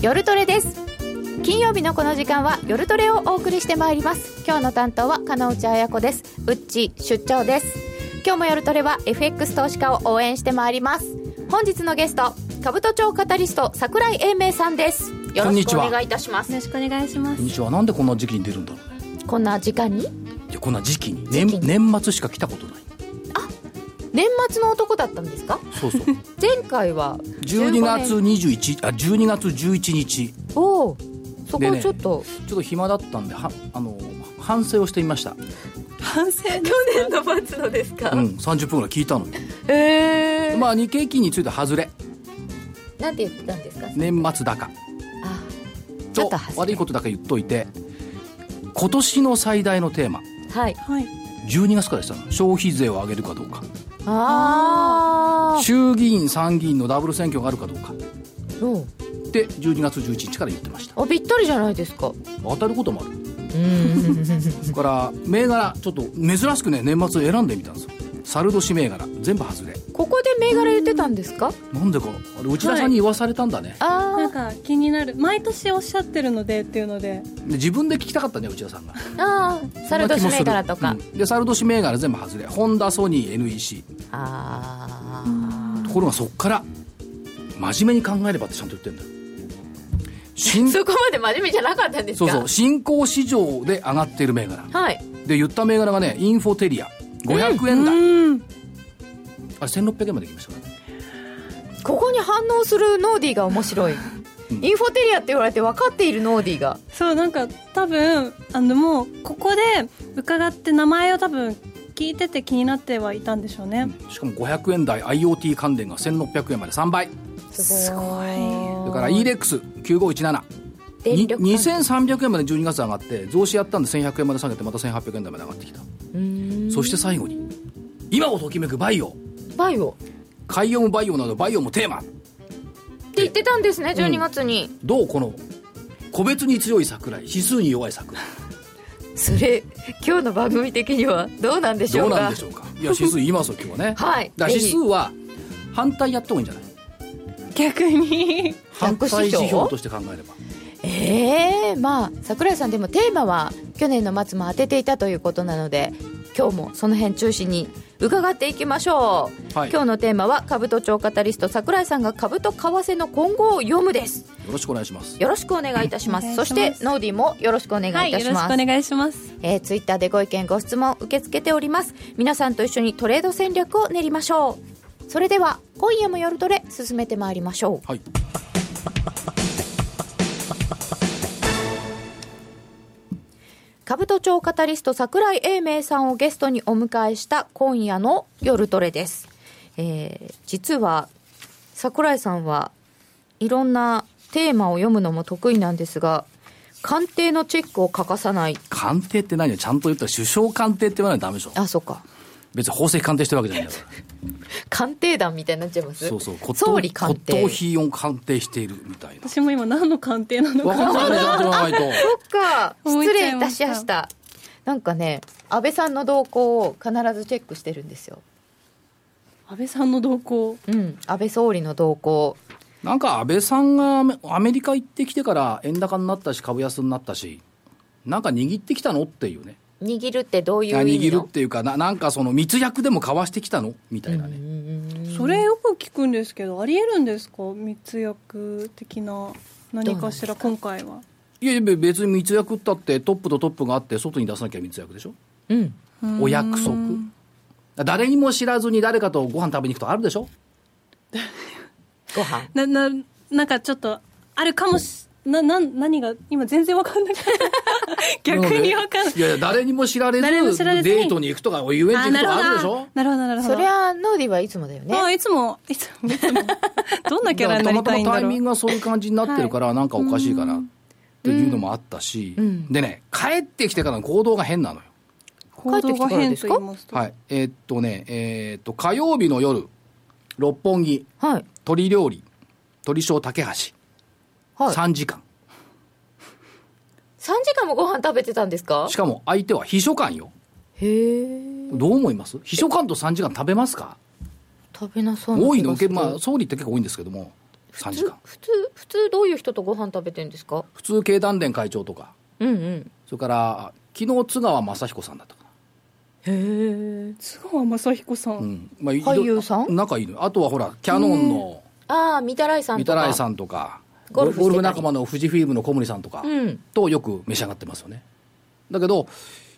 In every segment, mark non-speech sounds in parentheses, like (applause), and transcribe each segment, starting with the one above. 夜トレです金曜日のこの時間は夜トレをお送りしてまいります今日の担当は金内彩子ですうっちー出張です今日も夜トレは FX 投資家を応援してまいります本日のゲスト株都庁カタリスト桜井英明さんですよろしくお願いいたしまよすろしくお願いします。日はなんでこんな時期に出るんだろうこんな時間にいやこんな時期に時期に年年末しか来たことない年末の男だったんですかそ (laughs) うそう前回は12 15月年21あ12月11日ちおおそこでをねちょっと、ょっと暇だったんではあの反省をしてみま (laughs) した、反省去年の末のですかうん、30分ぐらい聞いたのよええまあ日経金について外れなんて言ったんですか年末高あちちょょっと外れ悪いことだけ言っといて今年の最大のテーマはいはい。 12月からでしたの消費税を上げるかどうかああ衆議院参議院のダブル選挙があるかどうかおで12月11日から言ってましたあぴったりじゃないですか当たることもあるうんそれから銘柄ちょっと珍しくね年末選んでみたんですよ猿年銘柄全部外れ (laughs) ここで銘柄言ってたんですかなんでかあれ内田さんに言わされたんだね、 (laughs) なあ (laughs) んか気になる。毎年おっしゃってるのでっていうので。で自分で聞きたかったね内田さんがーあー猿年銘柄とか、そんな気もするうんで猿年銘柄全部外れホンダソニー NEC あところがそっから真面目に考えればってちゃんと言ってんだよ新あそこまで真面目じゃなかったんですそうかそう新興市場で上がっている銘柄はいで言った銘柄がねインフォテリア500円台、あれん。 1600円までいきましたからねここに反応するノーディーが面白いんインフォテリアって言われて分かっているノーディーがそうなんか多分あのもうここで伺って名前を多分聞いてて気になってはいたんでしょうね。うんしかも500円台 IoT 関連が1600円まで3倍すごいそれから EDEX9517 電力関係2300円まで12月上がって増資やったんで1100円まで下げてまた1800円台まで上がってきたうーんそして最後に今をときめくバイオバイオっ海洋バイオなどバイオもテーマて言ってたんですねうん12月に、どうこの個別に強い桜井指数に弱い桜井それ今日の番組的にはどうなんでしどょううかなんでしょうか (laughs) いや指数言いますよ今日はねはいだからぜ指ひ数は反対やった方がいいんじゃない逆に。反逆指標対指標として考えればええまあ桜井さんでもテーマは去年の末も当てていたということなので今日もその辺中心に伺っていきましょう、はい今日のテーマは株と超カタリスト桜井さんが株と為替の今後を読むですよろしくお願いしますよろしくお願いいたしますお願いしそますしてノーディもよろしくお願いいたしよろましす、くお願いします。えー、ツイッターでご意見ご質問受け付けております皆さんと一緒にトレード戦略を練りましょうそれでは今夜も夜トレ進めてまいりましょうはい株都庁カタリスト桜井英明さんをゲストにお迎えした今夜の夜トレです、えー実は桜井さんはいろんなテーマを読むのも得意なんですが官邸のチェックを欠かさない官邸って何よちゃんと言ったら首相官邸って言わないとダメでしょあそうか別に宝石鑑定してるわけじゃないんだから官邸団みたいになっちゃいますそうそう骨総董理官骨邸董品を鑑定しているみたいな私も今何の鑑定なの分かか。んないねちゃんと言わないとそっか思失いち礼いゃいたまししやたしたなんかね安倍さんの動向を必ずチェックしてるんですよ安倍さんの動向。うん安倍総理の動向なんか安倍さんがアメアメリカ行ってきてから円高になったし株安になったしなんか握ってきたのっていうね握るってどういう意味握のるっていうかななんかその密約でも交わしてきたのみたいなね、それよく聞くんですけど、ありえるんですか密約的な何かしら今回は。いやいや別に密約ったってトップとトップがあって外に出さなきゃ密約でしょうんお約束誰にも知らずに誰かとご飯食べに行くとあるでしょご飯な、な、なんかちょっと、あるかもし、な、な、何が、今全然わか (laughs) んなかった。逆にわかんないい。やいや誰にも知られず誰も知られずにデートに行くとかお遊園地あ、行くなとるかあるでしほょど。なるほど、なるほど。そりゃノーディはいつもだよねあ、いつも、いつも、(laughs) いつも。どんなキャラになりたいんだたまたまタイろミンう。グがそういう感じになってるから、なんかおかしいかなっていうのもあったし、うんでね帰ってきてからの行動が変なのよ、行動が変と言いますと。はいえーっとねえーっと火曜日の夜六本木はい鶏料理鳥小竹橋、はい3時間3時間もご飯食べてたんですかしかも相手は秘書官よへえどう思います秘書官と3時間食べますか食べなそうな気が多いのすけるまあ総理って結構多いんですけども普3時通間普通普通どういう人とご飯食べてんですか普通経団連会長とかうんうんそれから昨日津川雅彦さんだったかへえ津川雅彦さん、な、うんまあ、い俳優さん仲いいのあとはほらキャノンのああ三田来さん御と手か洗さんとかゴゴルルフフしてたり仲間の富士フィルムの小森さんとか、うんとよく召し上がってますよねだけど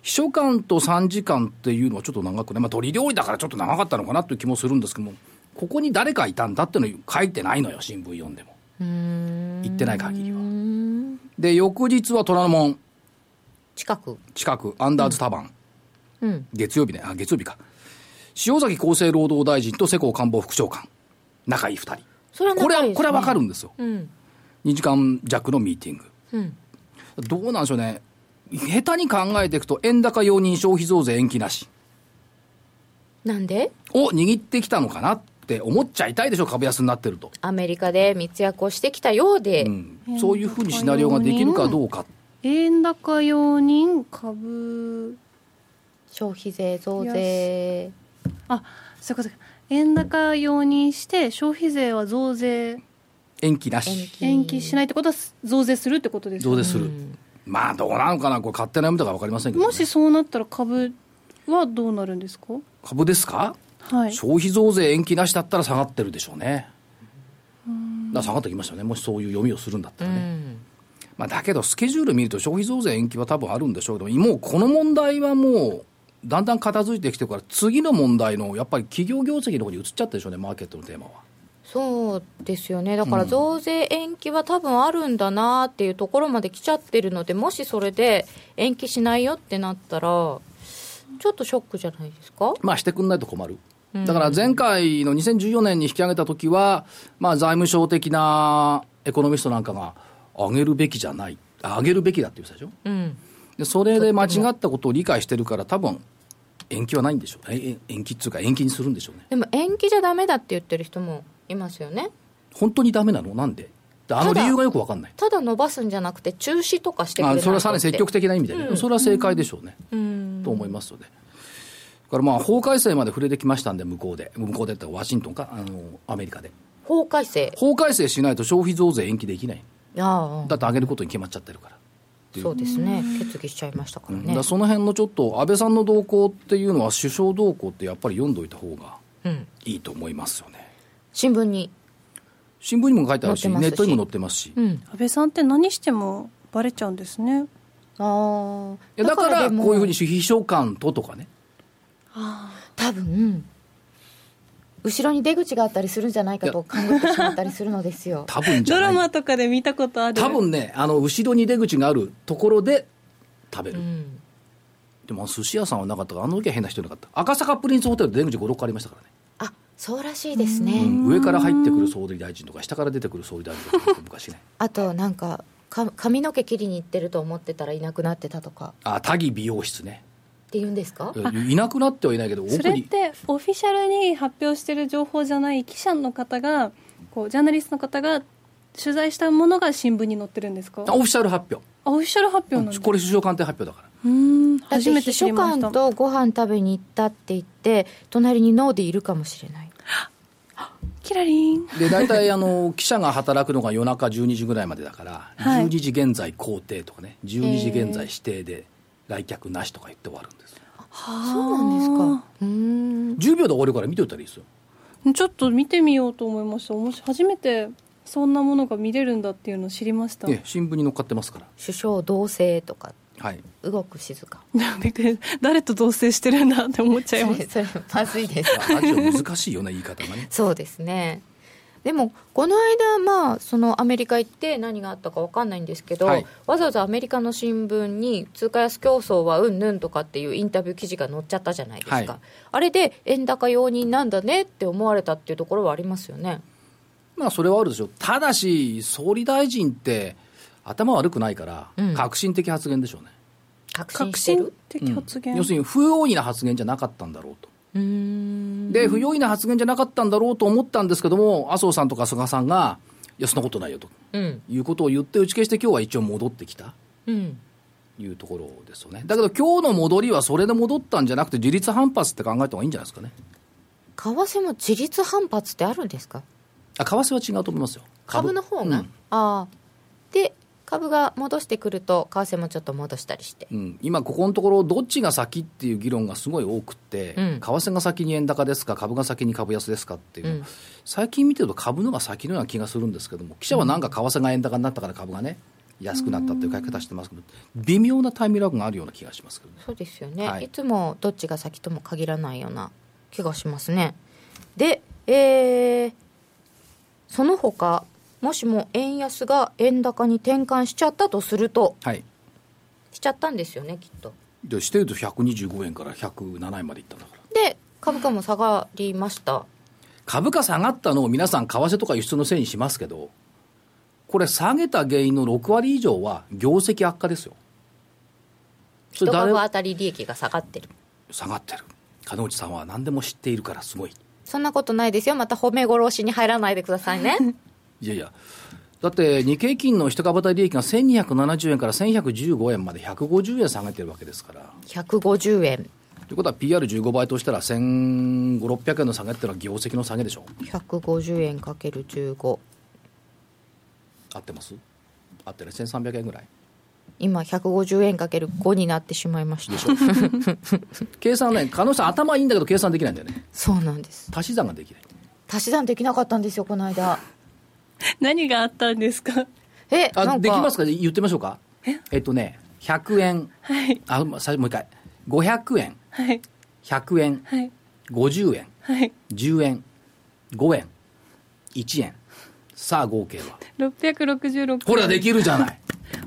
秘書官と3時間っていうのはちょっと長くね、まあ、鳥料理だからちょっと長かったのかなという気もするんですけどもここに誰かいたんだっていうの書いてないのよ新聞読んでもうーん言ってない限りはうーんで翌日は虎ノ門近く近くアンダーズタバうン、ん月曜日ねあ月曜日か塩崎厚生労働大臣と世耕官房副長官仲いい2人それはこれ仲いいですねはこれは分かるんですようん2時間弱のミーティングうんどうなんでしょうね、下手に考えていくと、円高容認消費増税延期なしなんでを握ってきたのかなって思っちゃいたいでしょ、株安になってると、アメリカで密約をしてきたようで、うん、そういうふうにシナリオができるかどうか、円高容認株消費税増税あそういうことか円高容認して消費税は増税延期な延し、期延期しないってことは増税するってことですよ増ね税する、うんまあどうなのかな、これ、勝手な読みだから分かりませんけどね、もしそうなったら株はどうなるんですか株ですか、はい消費増税延期なしだったら下がってるでしょうね。だから下がってきましたね、もしそういう読みをするんだったらね。まあ、だけど、スケジュール見ると、消費増税延期は多分あるんでしょうけど、もうこの問題はもう、だんだん片付いてきてるから、次の問題のやっぱり企業業績の方に移っちゃってるでしょうね、マーケットのテーマは。そうですよねだから増税延期は多分あるんだなっていうところまで来ちゃってるのでもしそれで延期しないよってなったらちょっとショックじゃないですかまあ、してくんないと困る。だから前回の2014年に引き上げた時は、まあ、財務省的なエコノミストなんかが、上げるべきじゃない、あ上げるべきだって言ってたでしょ。うんでそれで間違ったことを理解してるから、多分延期はないんでしょうね、ええ延期っていうか、延期にするんでしょうね。でも延期じゃダメだって言ってる人もいますよね本当にダメなのなんでであの理由がよく分かんない。ただ伸ばすんじゃなくて中止とかしてくれあないそれはさからっにて積極的な意味でね、それは正解でしょうね、うんと思いますので、だからまあ法改正まで触れてきましたんで、向こうで、向こうでってかワシントンか、あのアメリカで、法改正法改正しないと消費増税延期できない、ああだって上げることに決まっちゃってるから、そうですね決議しちゃいましたからだねからその辺のちょっと、安倍さんの動向っていうのは、首相動向ってやっぱり読んどいた方がうんいいと思いますよね。新聞に新聞にも書いてあるし載ってますしネットにも載ってますし、うん安倍さんって何してもバレちゃうんですねあいやあだからでもこういうふうに秘書官ととかね、多分後ろに出口があったりするんじゃないかと勘ぐってしまったりするのです (laughs) よ多分じドゃラないマとかで見たことある多分ね、あの後ろに出口があるところで食べるう。んでも寿司屋さんはなかったからあの時は変な人いなかった赤坂プリンスホテルで出口56個ありましたからね、あそうらしいですうねん上から入ってくる総理大臣とか下から出てくる総理大臣とか昔ねあとなんかか髪の毛切りに行ってると思ってたらいなくなってたとかあタギ美容室 (laughs) ねって言うんですかいなくなってはいないけどそ奥れっにてオフィシャルに発表してる情報じゃない記者の方がこうジャーナリストの方が取材したものが新聞に載ってるんですかあオフィシャル発表あオフィシャル発表なんだこれ首相官邸発表だからうーんだっ初てめ秘て知り書ま官したとご飯食べに行ったって言って隣にノーでいるかもしれないキラリンで大体あの記者が働くのが夜中12時ぐらいまでだから、はい12時現在肯定とかね12時現在指定で来客なしとか言って終わるんですよそうなんですかうーん10秒で終わるから見といたらいいですよかちょっと見てみようと思いましたもし初めてそんなものが見れるんだっていうのを知りました、ええ新聞に載っかってますから首相同棲とかはい動く静かびっくり (laughs) 誰と同棲してるんだって思っちゃい (laughs) そまれ (laughs) すそれまずいですラジオ難しいよね言い方がねそうですねでもこの間、まあ、そのアメリカ行って何があったか分かんないんですけど、はいわざわざアメリカの新聞に通貨安競争はうんぬんとかっていうインタビュー記事が載っちゃったじゃないですか、はいあれで円高容認なんだねって思われたっていうところはありますよね (laughs) まあそれはあるでしょう、ただし、総理大臣って、頭悪くないからうん、革新的発言でしょうね、確信革してる新的発言、要するに不用意な発言じゃなかったんだろうと、うーんで不用意な発言じゃなかったんだろうと思ったんですけども、麻生さんとか菅さんが、いや、そんなことないよとうんいうことを言って、打ち消して、今日は一応戻ってきた。うんいうところですよねだけど今日の戻りはそれで戻ったんじゃなくて自立反発って考えた方がいいんじゃないですかね為替も自立反発ってあるんですかあ為替は違うと思いますよ株の方が、うんああで株が戻してくると為替もちょっと戻したりしてうん、今、ここのところ、どっちが先っていう議論がすごい多くって、うん為替が先に円高ですか、株が先に株安ですかっていうの、うん最近見てると、株のが先のような気がするんですけども、記者はなんか為替が円高になったから株がね、安くなったっていう書き方してますけど、微妙なタイムラグがあるような気がしますけどね。そうですよね、はいい、つもどっちが先とも限らないような気がしますねで、えーその他もしも円安が円高に転換しちゃったとするとはいしちゃったんですよねきっとでしてると125円から107円までいったんだからで株価も下がりました株価下がったのを皆さん為替とか輸出のせいにしますけどこれ下げた原因の6割以上は業績悪化ですよそ1れ誰株も当たり利益が下がってる下がってる金内さんは何でも知っているからすごいそんなことないですよまた褒め殺しに入らないでくださいねいやいやだって日経金の一株当たり利益が1270円から1115円まで150円下げてるわけですから150円ということは PR15 倍としたら1500600円の下げってのは業績の下げでしょ150円かける15合ってます合ってる1300円ぐらい今150円かける5になってしまいました計算ね、彼女さん、頭いいんだけど計算できないんだよね、そうなんです足し算ができない。足し算できなかったんですよこの間何があったんですかえなあんかできますか、言ってみましょうか、えっとね、100円、はいあま最初もう一回、500円、はい100円、はい50円、はい10円、5円、1円、さあ、合計は。 666これはできるじゃない、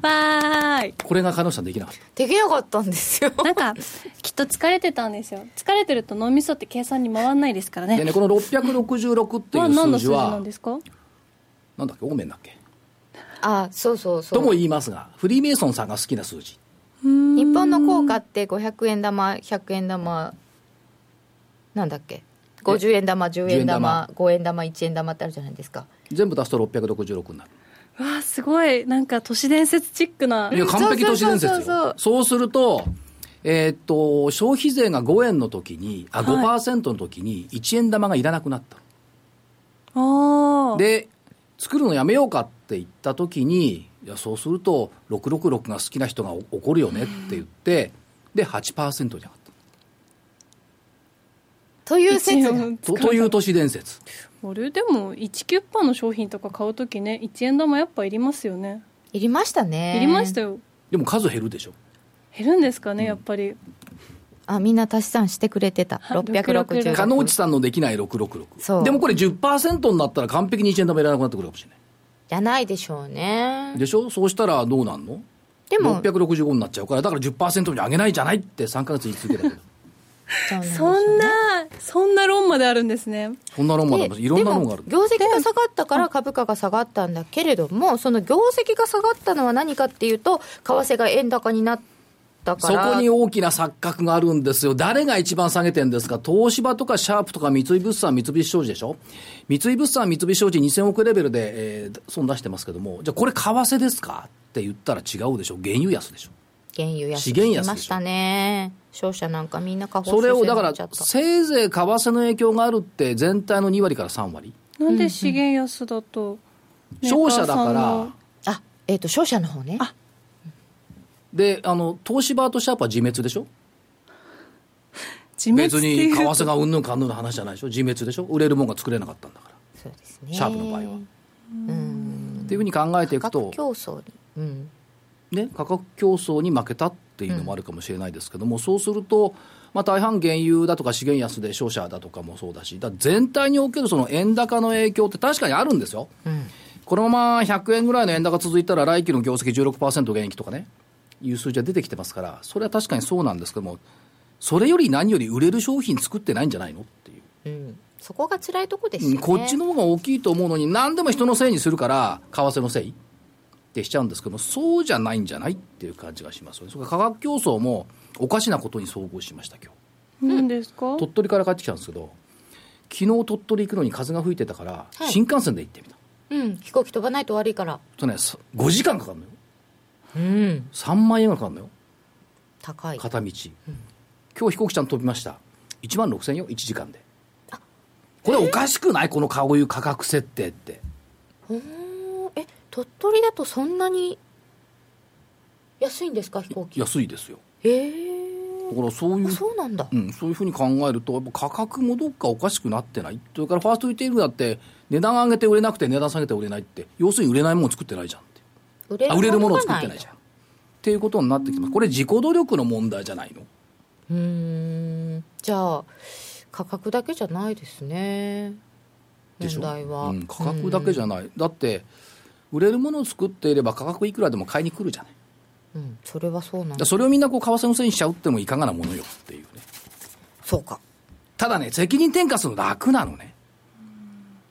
わーいこれが彼女さんできなかった。できなかったんですよなんかきっと疲れてたんですよ疲れてると脳みそって計算に回んないですからでねね、この666っていまあう何の数字数字なはんで、すかなんだっけ、オーメンだっけ、あそうそうそともう言いますが、フリーメイソンさんが好きな数字、日本の硬貨って500円玉100円玉なんだっけ50円玉10円玉5円玉1円玉ってあるじゃないですか全部出すと666になる。わあすごいなんか都市伝説チックないや、完璧都市伝説よ。そそうそうそううそうすると、えーっと、消費税が5円の時に、あ、は5%の時に、1円玉がいらなくなった。ああで、作るのやめようかって言った時に、いや、そうすると、666が好きな人がお怒るよねって言って、で、8%に上がっという説がた。とという都市伝説。俺でも1キュッパの商品とか買うときね1円玉やっぱいりますよねいりましたねいりましたよでも数減るでしょ。減るんですかねやっぱりあみんな足し算してくれてたはい666 666加納内さんのできない666。そうでもこれ10%になったら完璧に1円玉いらなくなってくるかもしれない。じゃないでしょうねでしょそうしたらどうなんのでも665になっちゃうからだから10%に上げないじゃないって3か月言い続けたけどそうですそんなそんな論まであるんですねそんな論までありますいろんな論があるでも業績が下がったから株価が下がったんだけれどもその業績が下がったのは何かっていうと為替が円高になったかそらこに大きな錯覚があるんですよ誰が一番下げてんですか東芝とかシャープとか三井物産三菱商事でしょ三井物産三菱商事2000億レベルで、えー損出してますけどもじゃあこれ為替ですかって言ったら違うでしょ原油安でしょ原油安資源来安でしょましたね商社なんかみんな下方それを修正だかにならっちゃったせいぜい為替の影響があるって全体の2割から3割なんで資源安だとメーカ商ーさ社んだのからあえっ、と商社の方ねあであの東芝とシャープは自滅でしょ自滅別ってに為いうと (laughs) 替がうんぬんかんぬんの話じゃないでしょ自滅でしょ売れるもんが作れなかったんだからそうですねシャープの場合はうんっていうふうに考えていく価格と競争にうんね、価格競争に負けたっていうのもあるかもしれないですけども、そうすると、まあ、大半原油だとか資源安で商社だとかもそうだしだから全体におけるその円高の影響って確かにあるんですよ、んこのまま100円ぐらいの円高続いたら来期の業績16%減益とかねいう数字は出てきてますからそれは確かにそうなんですけどもそれより何より売れる商品作ってないんじゃないのっていう。うんそこが辛いとこですようねんこっちの方が大きいと思うのに、何でも人のせいにするから、為替のせいってしちゃうんですけど、そうじゃないんじゃないっていう感じがしますよね、それから価格競争もおかしなことに遭遇しました、今日何ですか鳥取から帰ってきたんですけど、昨日鳥取行くのに風が吹いてたから、はい新幹線で行ってみた、うん飛行機飛ばないと悪いからとね、さ5時間かかるのよ、うん3万円がかかるのよ、高い片道、今日飛行機ちゃんと飛びました、1万6000よ、1時間で。これおかしくない、このこういう価格設定って。うん鳥取だとそんなに安いんですか飛行機安いですよええだからそういうあそうなんだ、うん、そういうふうに考えると、やっぱ価格もどっかおかしくなってない、それからファーストリテイルだって、値段上げて売れなくて、値段下げて売れないって、要するに売れないものを作ってないじゃんって売れあ売れるものを作がってないじゃん。っていうことになってきてます、これ、自己努力の問題じゃないの、うーんじゃあ価格だけじゃないですねでし問ょ、題は、うん、価格だけじゃない、だって、売れるものを作っていれば、価格いくらでも買いに来るじゃない、うん、うんそれはそうなんだかだらそれをみんなこう為替のせいにしちゃうってのもいかがなものよっていうね、そうかただね、責任転嫁するの楽なのね、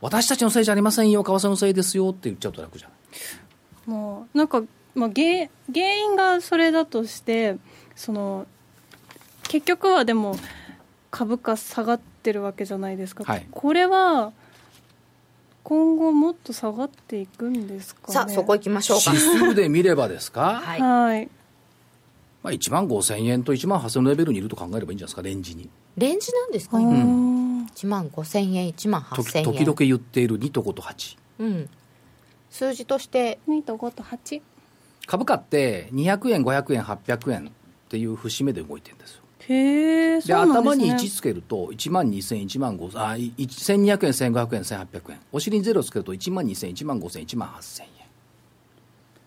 私たちのせいじゃありませんよ、為替のせいですよって言っちゃうと楽じゃない。もうなんか、まあ、原原因がそれだとしてその結局はでも株価下がってるわけじゃないですか、はいこれは今後もっと下がっていくんですか、ね、さあそこ行きましょうか指数で見ればですか、はいはいまあ、1万5000円と1万8000円のレベルにいると考えればいいんじゃないですか、レンジに。レンジなんですかあー今1万5000円1万時8000円時々言っている2と5と8。うん、数字として2と5と8株価って200円、500円、800円っていう節目で動いてるんですよ。へえでそうなんで頭すねに1つけると、1万2000、1万5000、あ、い1200円、1500円、1800円。お尻に0つけると、1万2000、1万5000、1万8000円。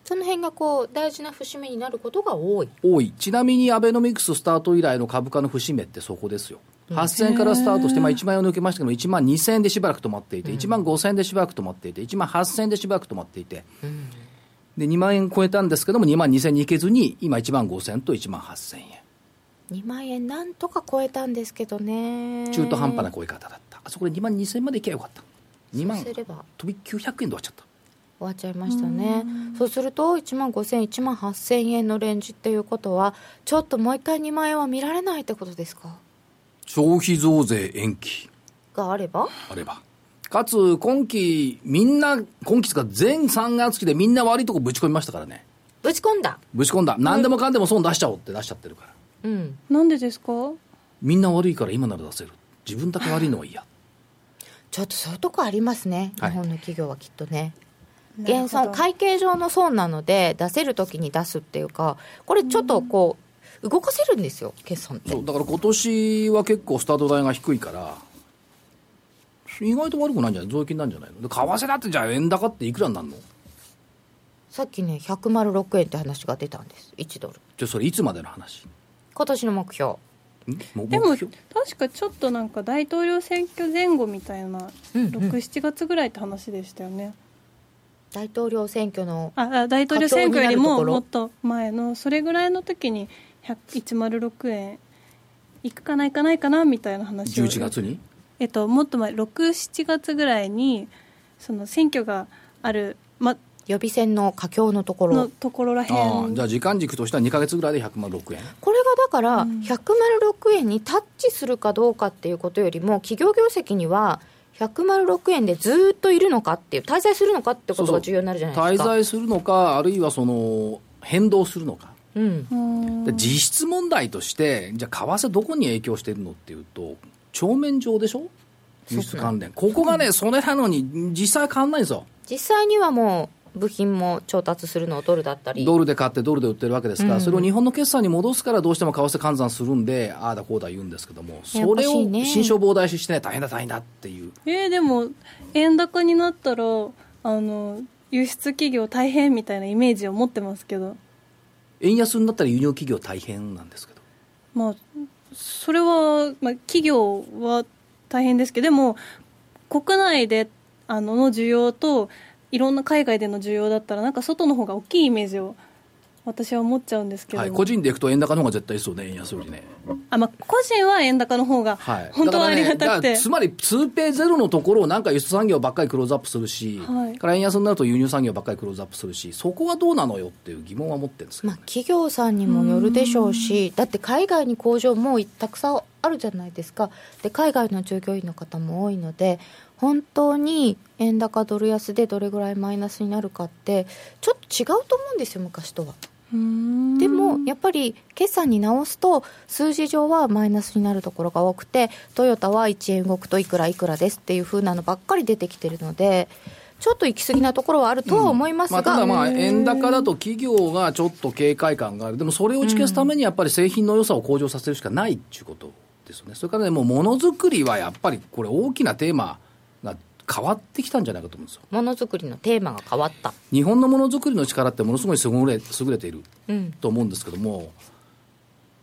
その辺がこう大事な節目になることが多い多い。ちなみにアベノミクススタート以来の株価の節目ってそこですよ。8000円からスタートして、まあ、1万円を抜けましたけど、1万2000円でしばらく止まっていて、1万5000円でしばらく止まっていて、1万8000円でしばらく止まっていて、で2万円超えたんですけども、2万2000円に行けずに、今、1万5000円と1万8000円、 2万円なんとか超えたんですけどね中途半端な超え方だった、あそこで2万2000円まで行けばよかった、2万そうすれば飛び900円で終わっちゃった。終わっちゃいましたねそうすると1万5000 1万8000円のレンジっていうことはちょっともう一回2万円は見られないってことですか消費増税延期があればあれば。かつ、今期、みんな、今期つか、全3月期でみんな悪いとこぶち込みましたからね。ぶち込んだぶち込んだ。何でもかんでも損出しちゃおうって出しちゃってるから。うんなんでですかみんな悪いから今なら出せる。自分だけ悪いのは嫌。ちょっとそういうとこありますね、はい日本の企業はきっとねなるほ減ど損会計上の損なので出せる時に出すっていうかこれちょっとこう動かせるんですよ決算ってそう、だから今年は結構スタート代が低いから、意外と悪くないんじゃない増益になるんじゃないので、為替だってじゃあ円高っていくらになるのさっきね106円って話が出たんです1ドルじゃあそれいつまでの話今年の目標んもでも目標確かちょっとなんか大統領選挙前後みたいなうんうん67月ぐらいって話でしたよね、大統領選挙のああ大統領選挙より課長もになもるっと前のそれぐらいの時に100 106円いくかないかないかなみたいな話を11月にえっと、もっと前67月ぐらいにその選挙がある、ま、予備選の佳境のところのところらへああ、んじゃあ時間軸としては2ヶ月ぐらいで100万6円。これがだからうん106円にタッチするかどうかっていうことよりも企業業績には106円でずっといるのかっていう滞在するのかってことが重要になるじゃない滞ですか在するのか、あるいはその、変動するのか。うんうんで実質問題として、じゃあ、為替どこに影響してるのっていうと、帳面上でしょ、輸出関連、ここがね、それなのに、実際変わんないんですよ、実際にはもう部品も調達するのをドルだったりドルで買って、ドルで売ってるわけですから、それを日本の決算に戻すから、どうしても為替換算するんで、ああだこうだ言うんですけども、それやっぱしをね新商膨大視してね、大変だ、大変だっていう、えーでも円高になったらあの輸出企業大変みたいなイメージを持ってますけど円安になったら輸入企業大変なんですけど、まあそれは、まあ、企業は大変ですけどでも国内であのの需要といろんな海外での需要だったらなんか外の方が大きいイメージを私は持っちゃうんですけど、はい、個人でいくと円高の方が絶対いいですよね、円安よりね。あまあ、個人は円高の方がはい、本当はありがだかたらくねだて、からつまり、2ペイゼロのところをなんか輸出産業ばっかりクローズアップするし、はいから円安になると輸入産業ばっかりクローズアップするし、そこはどうなのよっていう疑問は持ってるんですけどまあね、企業さんにもよるでしょうしだって海外に工場もたくさんあるじゃないですかで海外の従業員の方も多いので本当に円高ドル安でどれぐらいマイナスになるかってちょっと違うと思うんですよ昔とはででもやっぱり決算に直すと数字上はマイナスになるところが多くてトヨタは1円動くといくらいくらですっていう風なのばっかり出てきてるのでちょっと行き過ぎなところはあるとは思いますまが、あ、ただまあ円高だと企業がちょっと警戒感がある、でもそれを打ち消すためにやっぱり製品の良さを向上させるしかないっていうことですよね、それからね、もうものづくりはやっぱりこれ、大きなテーマが変わってきたんじゃないかと思うんですよ、ものづくりのテーマが変わった。日本のものづくりの力ってものすごい優れ優れているうん。と思うんですけども、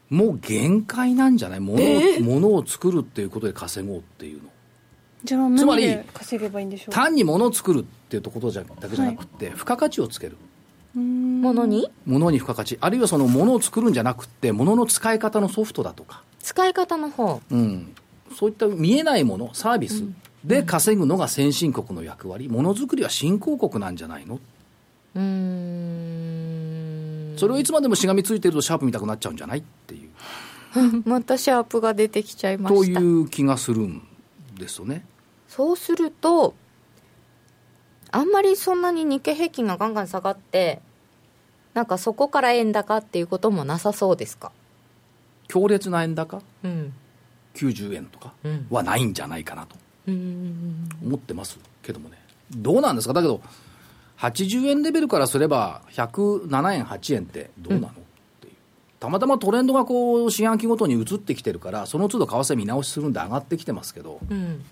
もう限界なんじゃない、もの,、ものを作るっていうことで稼ごうっていうの。じゃあつま何りで稼げばいいんでしょう単に物を作るっていうところじゃだけじゃなくて、付加価値をつけるものに物に付加価値あるいはその物を作るんじゃなくて物の使い方のソフトだとか、使い方の方。うん、そういった見えないものサービスで稼ぐのが先進国の役割ものづくりは新興国なんじゃないのうーん。それをいつまでもしがみついてるとシャープ見たくなっちゃうんじゃないっていう (laughs) またシャープが出てきちゃいまとしいたう気がするんですよねそうするとあんまりそんなに日経平均がガンガン下がってなんかそこから円高っていうこともなさそうですか強烈な円高うん90円とかうんはないんじゃないかなとうん思ってますけどもね、どうなんですか、だけど、80円レベルからすれば、107円、8円ってどうなの、っていう、たまたまトレンドがこう、四半期ごとに移ってきてるから、その都度為替見直しするんで上がってきてますけど、うん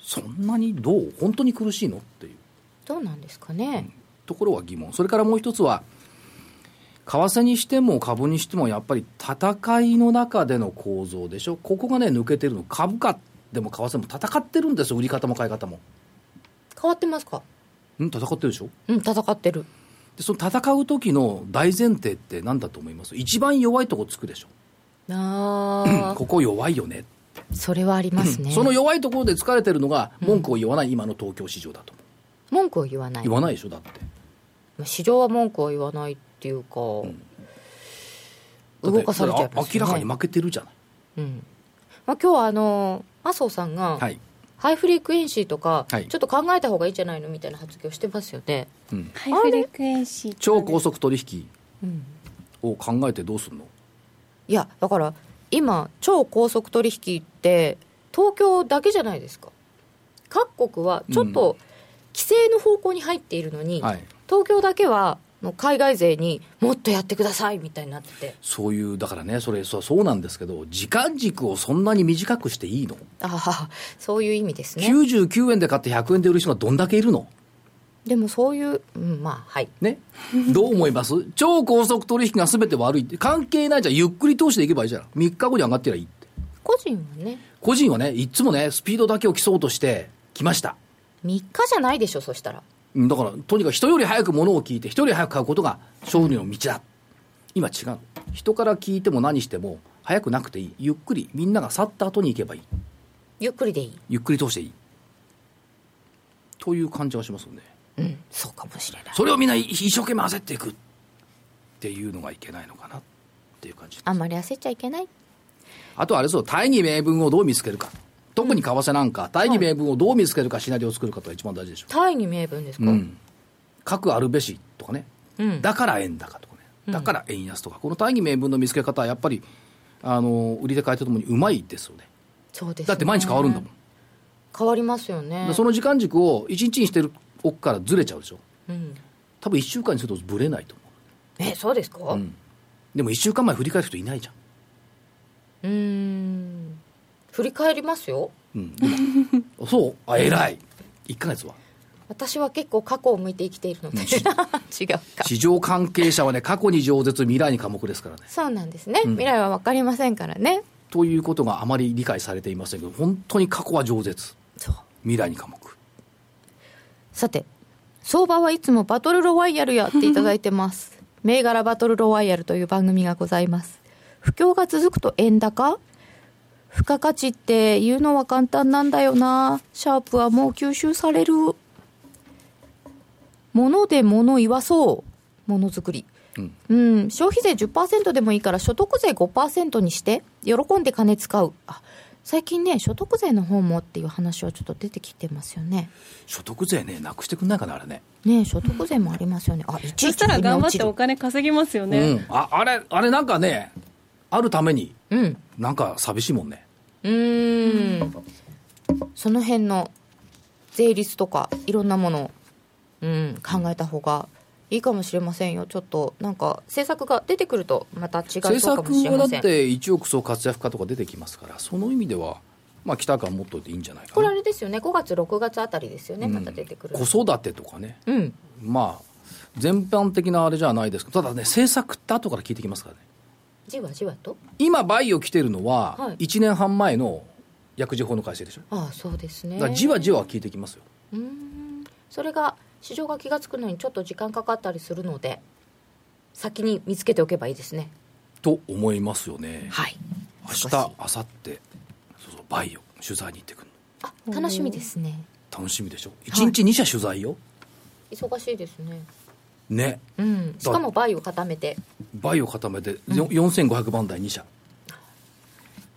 そんなにどう、本当に苦しいのっていうどうなんですかねところは疑問、それからもう一つは、為替にしても株にしても、やっぱり戦いの中での構造でしょ、ここがね、抜けてるの、株価でも為替も戦ってるんですよ、売り方も買い方も。変わってますかん戦ってるでしょうん戦ってるでその戦う時の大前提って何だと思います一番弱いとこつくでしょあここ弱いよねあそれはありますねその弱いところで疲れてるのが文句を言わない今の東京市場だと思う、文句を言わない言わないでしょだって市場は文句を言わないっていうか、だって動かされちゃいますよねだって明らかに負けてるじゃない、うんまあ、今日はあの麻生さんが、はいハイフリクエンシーとか、はいちょっと考えた方がいいんじゃないのみたいな発言をしてますよね、うん、ハイフリクエンシー超高速取引うん、を考えてどうするのいやだから今超高速取引って東京だけじゃないですか各国はちょっと規制の方向に入っているのに、はい東京だけはもう海外勢にもっとやってくださいみたいになっててそういうだからねそれそうそうなんですけど時間軸をそんなに短くしていいの、ああそういう意味ですね99円で買って100円で売る人がどんだけいるのでもそういう、うん、まあはいね、どう思います超高速取引が全て悪いって関係ないじゃんゆっくり通していけばいいじゃん3日後に上がってりゃいいって個人はね個人はねいっつもねスピードだけを競おうとしてきました3日じゃないでしょそしたらうんだからとにかく人より早く物を聞いて人より早く買うことが勝利の道だ今違う人から聞いても何しても早くなくていいゆっくりみんなが去った後に行けばいいゆっくりでいいゆっくり通していいという感じがしますよねうんそうかもしれないそれをみんな一生懸命焦っていくっていうのがいけないのかなっていう感じあんまり焦っちゃいけないあとはあれそう、大義名分をどう見つけるか。特に為替なんか、大義名分をどう見つけるか、シナリオを作るかとが一番大事でしょ大義名分ですう。か、うん。核あるべしとかね。うんだから円高とかね。だから円安とか。この大義名分の見つけ方は、やっぱり、あの、売りで買い手ともにうまいですよね。そうですねだって毎日変わるんだもん。変わりますよねでその時間軸を1日にしてる奥からずれちゃうでしょ。うん、多分1週間にするとぶれないと思えそうですかう。うん。でも1週間前振り返る人いないじゃん。ーん振り返りますようん。でもそうあ、偉い。1ヶ月は。私は結構過去を向いて生きているので (laughs) 違うか市場関係者はね、過去に饒舌、未来に科目ですからね。そうなんですね、うん未来は分かりませんからねということがあまり理解されていませんけど、本当に過去は饒舌、そう未来に科目。さて相場はいつもバトルロワイヤルやっていただいてます (laughs) 銘柄バトルロワイヤルという番組がございます不況が続くと円高付加価値って言うのは簡単なんだよなシャープはもう吸収される物で物言わそうものづくりうんうん、消費税10%でもいいから所得税5%にして喜んで金使うあ最近ね所得税の方もっていう話はちょっと出てきてますよね所得税ね、なくしてくんないかな、あれね。ねえ所得税もありますよね、あいちそいしちたらみんな頑張っ落ちてるお金稼ぎますよね、うん。あ、あれ、あれなんかね、あるために、うんなんか寂しいもんね。うーんその辺の税率とかいろんなものをうん、考えた方がいいかもしれませんよちょっとなんか政策が出てくるとまた違う政そう策かもしれはまだっせんて一億総活躍化とか出てきますからその意味ではまあ期待感持っといていいんじゃないかこれあな、れですよね5月6月あたりですよね、うんまた出てくる子育てとかねうんまあ全般的なあれじゃないですけどただね政策って後から聞いてきますからねじわじわと今バイオ来てるのははい1年半前の薬事法の改正でしょああそうですねだからじわじわ聞いてきますようーんそれが市場が気が付くのにちょっと時間かかったりするので先に見つけておけばいいですねと思いますよねはい明少日し明後日そうそうバイオ取材に行ってくるあ楽しみですねの楽しみでしょ1日2社取材よ、忙しいですねねうんしかもバイを固めてバイオ固めてよ4500番台2社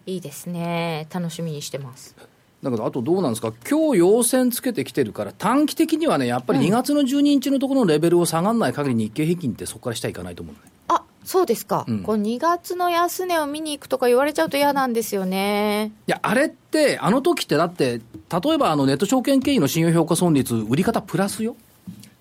いいですね楽しみにしてますだけどあとどうなんですか今日陽線つけてきてるから短期的にはねやっぱり2月の12日のところのレベルを下がらない限り日経平均ってそこから下いかないと思うのねあそうですか、うんこう2月の安値を見に行くとか言われちゃうと嫌なんですよねいや、あれって、あの時ってだって、例えばあのネット証券経由の信用評価損率、売り方プラスよ。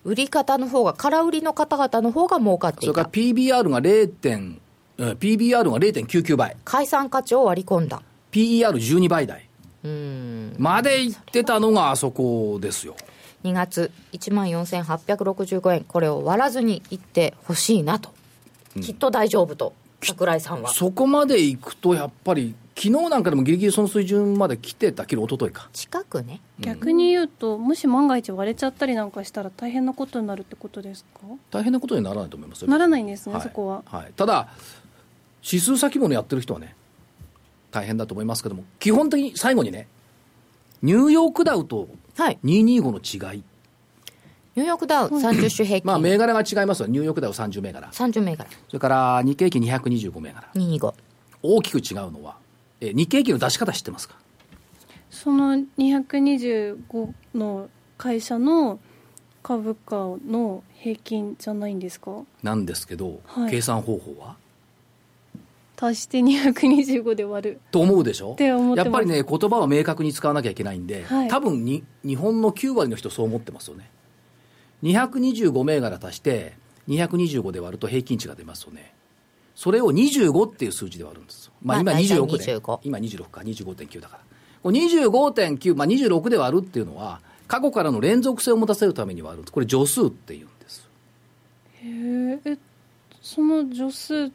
売り方の方が空売りの方々の方が儲かっそていれからた PBR が0点、うん PBR が0.99倍、解散価値を割り込んだ PER12 倍台うんまで行ってたのがあそこですよ。 2月1万4865円これを割らずにいってほしいなと、きっと大丈夫と桜井さんはそこまで行くと、やっぱり、昨日なんかでもギリギリその水準まで来てた、昨日、一昨日か。近くね逆に言うともし万が一割れちゃったりなんかしたら大変なことになるってことですか大変なことにならないと思いますよ。ならないんですね、はいそこははい、ただ、指数先物やってる人はね、大変だと思いますけども、基本的に最後にね、ニューヨークダウとはい225の違い、ニューヨークダウ30種平均、まあ、銘柄が違いますよ、ニューヨークダウ30銘柄、 30銘柄それから日経平均225銘柄、 225大きく違うのは、え日経平均の出し方知ってますか、その225の会社の株価の平均じゃないんですかなんですけど、はい計算方法は足して225で割ると思うでしょって思ってますやっぱりね、言葉は明確に使わなきゃいけないんで、はい多分に日本の9割の人、そう思ってますよね。225銘柄足して、225で割ると平均値が出ますよね。それを25っていう数字で割るんですよ。まあま今あ大体26で、 25今26か、25.9だから。これ25.9、まあ26で割るっていうのは、過去からの連続性を持たせるために割るんです。これ助数っていうんです。へーえその助数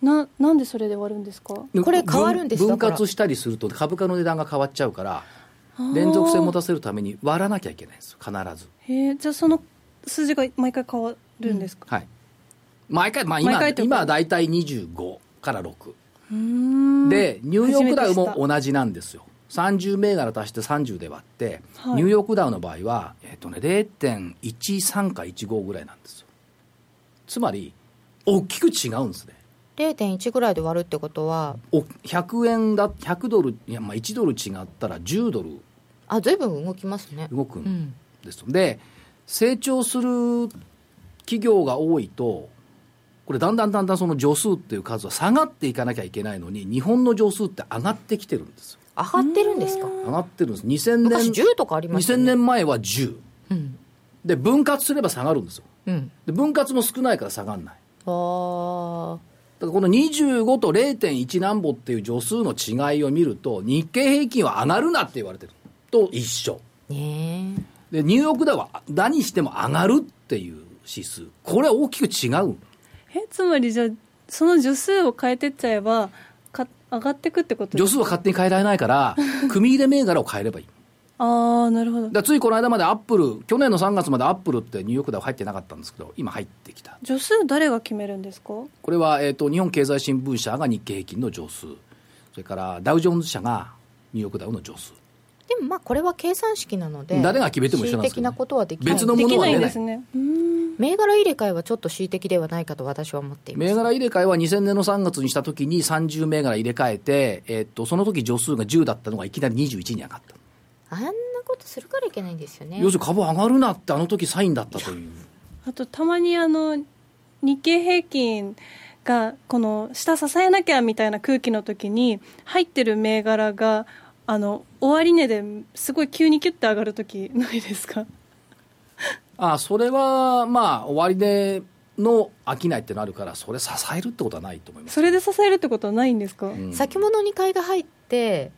ななんでそれで割るんですかこれ変わるんです分だから分割したりすると株価の値段が変わっちゃうから、あー連続性を持たせるために割らなきゃいけないんですよ必ずへーじゃあその数字が毎回変わるんですか、はい毎回まあ今毎回ってこと今は大体25から6、うーんでニューヨークダウも初めて知っ同じなんですよ30銘柄足して30で割って、はいニューヨークダウの場合は、えっとね、0.13か15ぐらいなんですよつまり大きく違うんですね0.1ぐらいで割るってことはお100円だ100ドルいやまあ1ドル違ったら10ドルあ随分動きますね動くんうでんですので成長する企業が多いとこれだんだんだんだんその助数っていう数は下がっていかなきゃいけないのに日本の助数って上がってきてるんですよ上がってるんですか上がってるんです2000昔年10とかありました2000よね年前は10うんで分割すれば下がるんですようんで分割も少ないから下がらなああいだからこの25と0.1何ぼっていう助数の違いを見ると日経平均は上がるなって言われてると一緒ねえでニューヨークダウは何しても上がるっていう指数これは大きく違うたえつまりじゃあその助数を変えてっちゃえばか上がってくってことで助す数は勝手に変えられないから、組み入れ銘柄を変えればいい。ああなるほどだからついこの間までアップル、去年の3月までアップルってニューヨークでは入ってなかったんですけど、今入ってきた。助数誰が決めるんですかこれは、えっ、と、日本経済新聞社が日経平均の上数、それからダウジョーンズ社がニューヨークダウの上数。でもまあこれは計算式なので誰が決めても一緒なんですけど恣意ね的なことはできない別のものはで出きないんなでいす。ねうーん銘柄入れ替えはちょっと恣意的ではないかと私は思っています銘柄入れ替えは2000年の3月にした時に30銘柄入れ替えて、えっ、と、その時上数が10だったのがいきなり21に上がった。あんなことするからいけないんですよね要するに株上がるなってあの時サインだったという。あとたまにあの日経平均がこの下支えなきゃみたいな空気の時に入ってる銘柄があの終値ですごい急にキュッて上がる時ないですかあそれはまあ終値の商いってなるからそれ支えるってことはないと思いますそれで支えるってことはないんですか、うん先物に買いが入って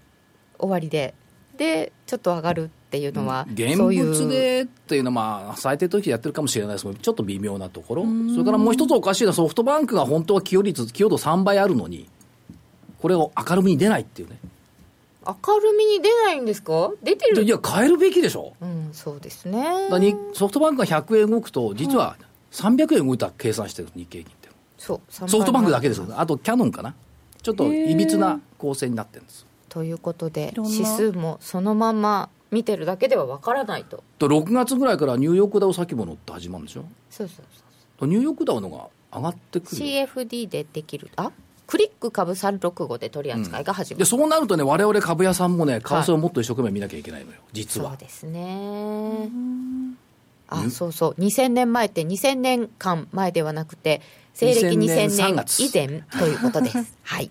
終わりででちょっと上がるっていうのは、現そういう物でっていうのは、まあ、最低時やってるかもしれないですけど、ちょっと微妙なところ、それからもう一つおかしいのは、ソフトバンクが本当は寄与率、寄与度3倍あるのに、これを明るみに出ないっていうね、明るみに出ないんですか出てでいるや、変えるべきでしょ、うんそうですだねからにソフトバンクが100円動くと、実は300円動いた計算してる、日経平均って、そう3ソフトバンクだけですよあとキャノンかな、ちょっといびつな構成になってるんです。ということでいろんな指数もそのまま見てるだけではわからないとと6月ぐらいからニューヨークダウ先物って始まるんでしょ、そうそうそニューヨークダウのが上がってくうる CFD でできるあクリック株365で取り扱いが始までる、そうなるとね、我々株屋さんもね、為替をもっと一生懸命見なきゃいけないのよ、実そはう。ですねあそうそう2000年前って2000年間前ではなくて西暦2000年2000年以前ということですはい、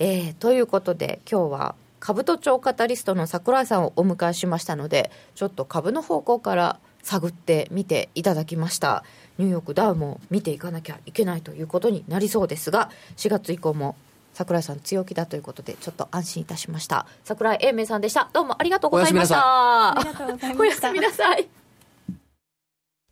えーということで今日は株と超カタリストの桜井さんをお迎えしましたのでちょっと株の方向から探ってみていただきましたニューヨークダウも見ていかなきゃいけないということになりそうですが4月以降も桜井さん強気だということでちょっと安心いたしました桜井英明さんでしたどうもありがとうございましたありがとうございおまやしたすみなさい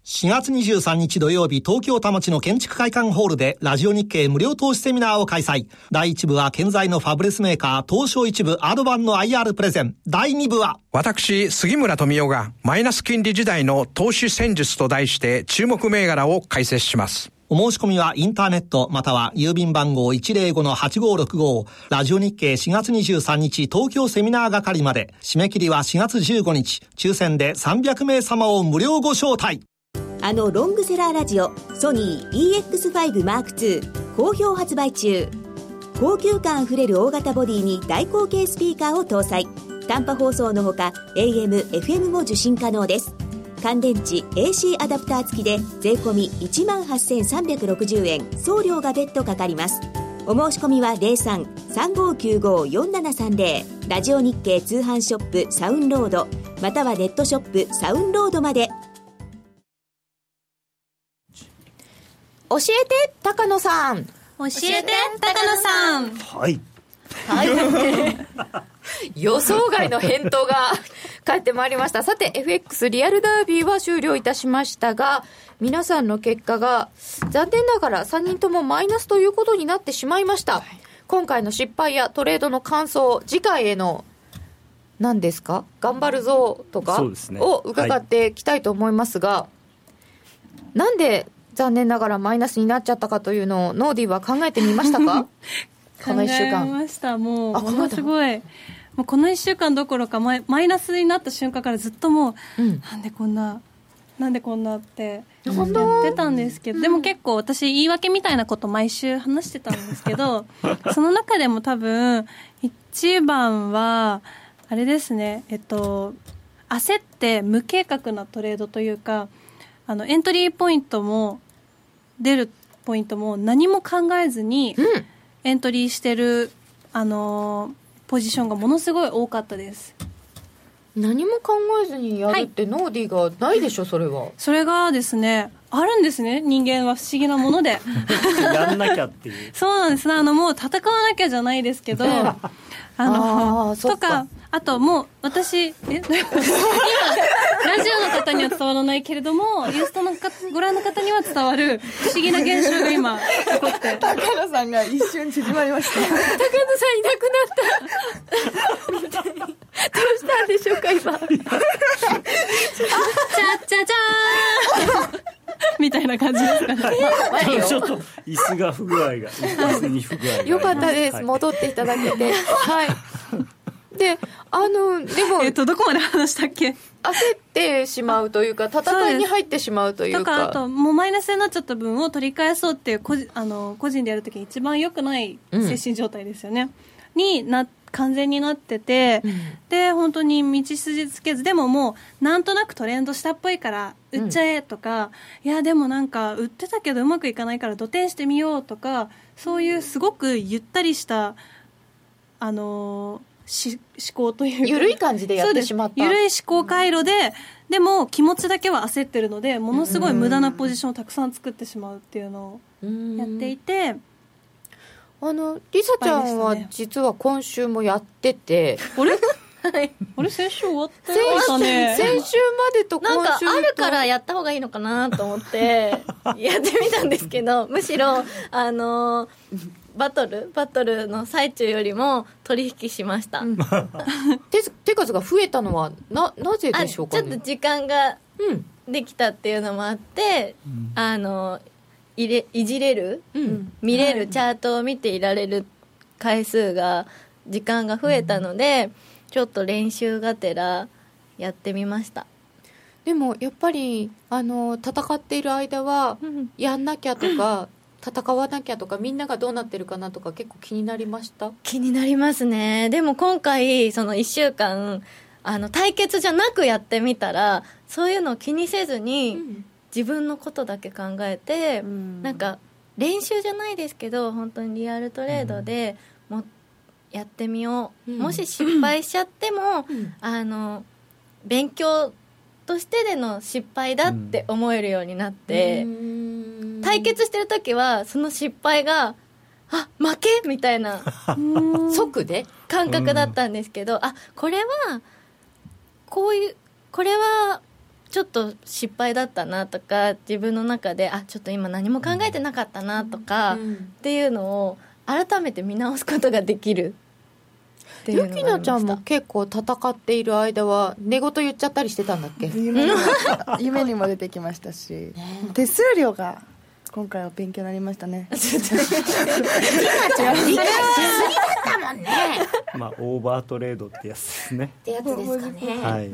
4月23日土曜日、東京田町の建築会館ホールで、ラジオ日経無料投資セミナーを開催。第1部は、健在のファブレスメーカー、東証一部アドバンの IR プレゼン。第2部は、私、杉村富夫がマイナス金利時代の投資戦術と題して注目銘柄を解説します。お申し込みはインターネットまたは郵便番号105-8565ラジオ日経4月23日東京セミナー係まで締め切りは4月15日抽選で300名様を無料ご招待あのロングセラーラジオソニー EX5M2 好評発売中高級感あふれる大型ボディに大口径スピーカーを搭載短波放送のほか AMFM も受信可能です乾電池 AC アダプター付きで税込1 8360円送料が別途かかりますお申し込みは03-3595-4730ラジオ日経通販ショップサウンロードまたはネットショップサウンロードまで教えて高野さん教えて高野さん (laughs) はい予想外の返答が返ってまいりましたさて FX リアルダービーは終了いたしましたが皆さんの結果が残念ながら3人ともマイナスということになってしまいました、今回の失敗やトレードの感想次回への何ですか頑張るぞとかそうですねを伺っていきたいと思いますがなんで残念ながらマイナスになっちゃったかというのをノーディーは考えてみました (laughs) かこの1週考え間ましたもうあものすごいもうこの1週間どころかマイマイナスになった瞬間からずっともうう、んなんでこんななんでこんなってやってたんですけど、でも結構私言い訳みたいなこと毎週話してたんですけど (laughs) その中でも多分一番はあれですねえっと焦って無計画なトレードというかあのエントリーポイントも出るポイントも何も考えずに、エントリーしてる、あのーポジションがものすごい多かったです何も考えずにやるってノーディーがないでしょそれはそれがですねあるんですね人間は不思議なものでやんなきゃってい (laughs) う。そうなんですねあのもう戦わなきゃじゃないですけ (laughs) どあのあーそっとかかあともう私え今ラジ (laughs) オの方には伝わらないけれどもインスタのかご覧の方には伝わる不思議な現象が今起こって (laughs) 高野さんが一瞬縮まりま (laughs) した高野さんいなくなったどうしたんでしょうか今じゃじゃ (laughs) じゃーんみたいな感じですかねちょっと椅子が不具合が、椅子に不具合があります。よかったです、はい戻っていただけてはい (laughs) であのでもえっとどこまで話したっけ焦ってしまうというか戦いに入ってしまうというとかあかともうマイナスになっちゃった分を取り返そうっていう個人あの個人でやるとき一番良くない精神状態ですよね、にな完全になってて、で本当に道筋つけずでももうなんとなくトレンドしたっぽいから売っちゃえとか、いやでもなんか売ってたけどうまくいかないから土手してみようとかそういうすごくゆったりしたあのーし思考というか緩い感じでやっそうてですしまった緩い思考回路ででも気持ちだけは焦ってるのでものすごい無駄なポジションをたくさん作ってしまうっていうのをやっていて、あのりさちゃんは実は今週もやってて、あれあれ先週終わったよ先だね先週までと今なん週かとあるからやった方がいいのかなと思って (laughs) やってみたんですけどむしろあのバトルバトルの最中よりも取引しました、うん手数手数が増えたのはななぜあでしちょょうっかとね時間がうんできたっていうのもあって、あの入れいじれる、うん見れるチャートを見ていられる回数が時間が増えたので、ちょっと練習がてらやってみましたでもやっぱりあの戦っている間はやんなきゃとか戦わなきゃとかみんながどうなってるかなとか結構気になりました気になりますねでも今回その1週間あの対決じゃなくやってみたらそういうのを気にせずに、自分のことだけ考えて、なんか練習じゃないですけど本当にリアルトレードでもやってみよう、うんもし失敗しちゃっても、んあの勉強としてでの失敗だって思えるようになって、対決してる時はその失敗があ負けみたいな即で感覚だったんですけど、あこれはこういうこれはちょっと失敗だったなとか自分の中であちょっと今何も考えてなかったなとか、っていうのを改めて見直すことができるっていゆうのがあきりましたなちゃんも結構戦っている間は寝言言っちゃったりしてたんだっけ夢にも夢にも出てきましたし手数料が今回は勉強になりましたねまあオーバートレードってやつですねてやつですかねはい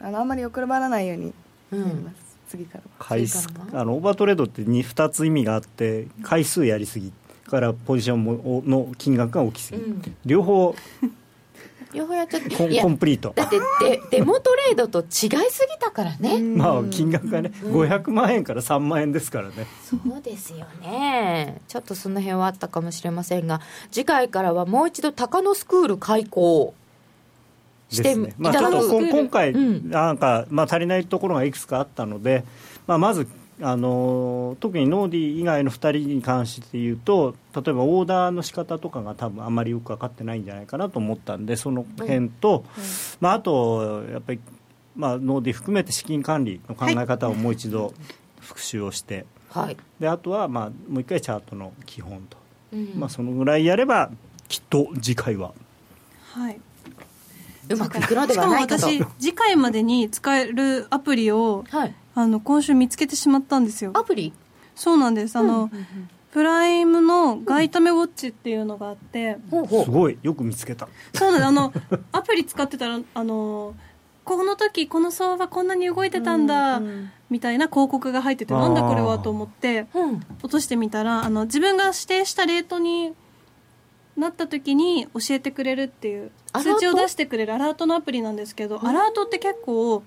あのあんまり遅ればらないようにやります、次からは回数あのオーバートレードって 2, 二つ意味があって回数やりすぎからポジションもおの金額が大きすぎ、両方両方やっちゃってコンいやコンプリートだってでデモトレードと違いすぎたからねまあ金額がね500万円から3万円ですからねそうですよねちょっとその辺はあったかもしれませんが次回からはもう一度鷹野スクール開校してでいすただく、ねまあ、ちょっとこん今回うんなんか、まあ、足りないところがいくつかあったので、まあ、まずあのー特にノーディー以外の2人に関して言うと例えばオーダーの仕方とかが多分あんまりよく分かってないんじゃないかなと思ったんでその辺と、まあ、あとやっぱり、まあ、ノーディー含めて資金管理の考え方をもう一度復習をして、はいであとは、まあ、もう一回チャートの基本と、んまあ、そのぐらいやればきっと次回ははい、うまくいくのでしはかもないかと私次回までに使えるアプリをはいあの今週見つけてしまったんですよアプリそうなんですあの、プライムの外為ウォッチっていうのがあって、ほうほうすごいよく見つけた。そうなんですあの (laughs) アプリ使ってたらあのこの時この相場こんなに動いてたんだ、みたいな広告が入っててあーなんだこれはと思ってうん落としてみたらあの自分が指定したレートになった時に教えてくれるっていうアラート通知を出してくれるアラートのアプリなんですけどアラートって結構、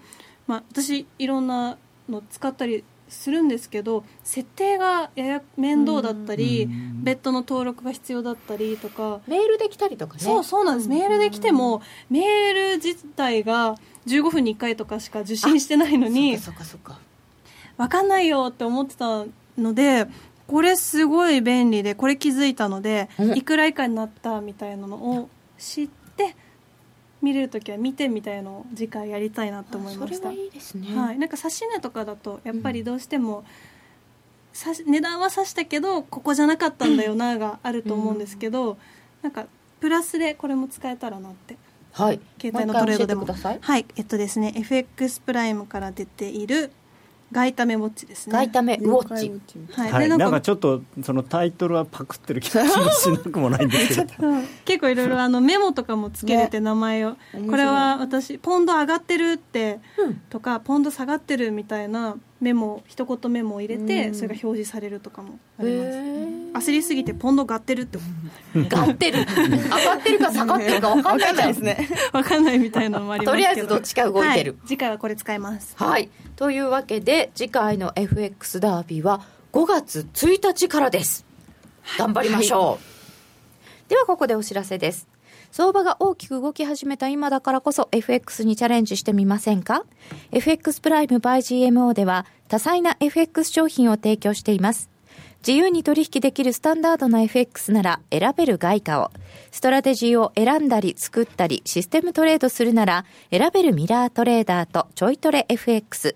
まあ、私いろんなの使ったりするんですけど設定がやや面倒だったり別途の登録が必要だったりとか。メールで来たりとかねそうそうなんです、メールで来てもメール自体が15分に1回とかしか受信してないのにそっかそっか分かんないよって思ってたのでこれすごい便利でこれ気づいたのでうんいくら以下になったみたいなのを知って見れる時は見てみたいのを次回やりたいなと思いそまれしたはいいですね、はい、なんか指し値とかだとやっぱりどうしても、指し値段は指したけどここじゃなかったんだよながあると思うんですけど、なんかプラスでこれも使えたらなってはい、携帯のトレードでももう一回教えてくださいはいえっとですね FX プライムから出ている外為ウォッチですね外為ウォッ妖怪チウォッチみたいはい、はでい、ななんんかかちょっとそのタイトルはパクってる気がしなくもないんですけどうん結構いろいろあのメモとかもつけれて名前を、白いこれは私ポンド上がってるって、とかポンド下がってるみたいなメモ一言メモを入れて、それが表示されるとかもあります焦りすぎてポンドがってるって (laughs) がってる上がってるか下がってるか分かんないじゃんなね分かんないみたいなのもありますけどとりあえずどっちか動いてるは次回はこれ使いますはいというわけで次回の FX ダービーは5月1日からです頑張りましょう、ではここでお知らせです相場が大きく動き始めた今だからこそ FX にチャレンジしてみませんか ?FX プライム by GMO では多彩な FX 商品を提供しています。自由に取引できるスタンダードな FX なら選べる外貨を、ストラテジーを選んだり作ったりシステムトレードするなら選べるミラートレーダーとちょいトレ FX。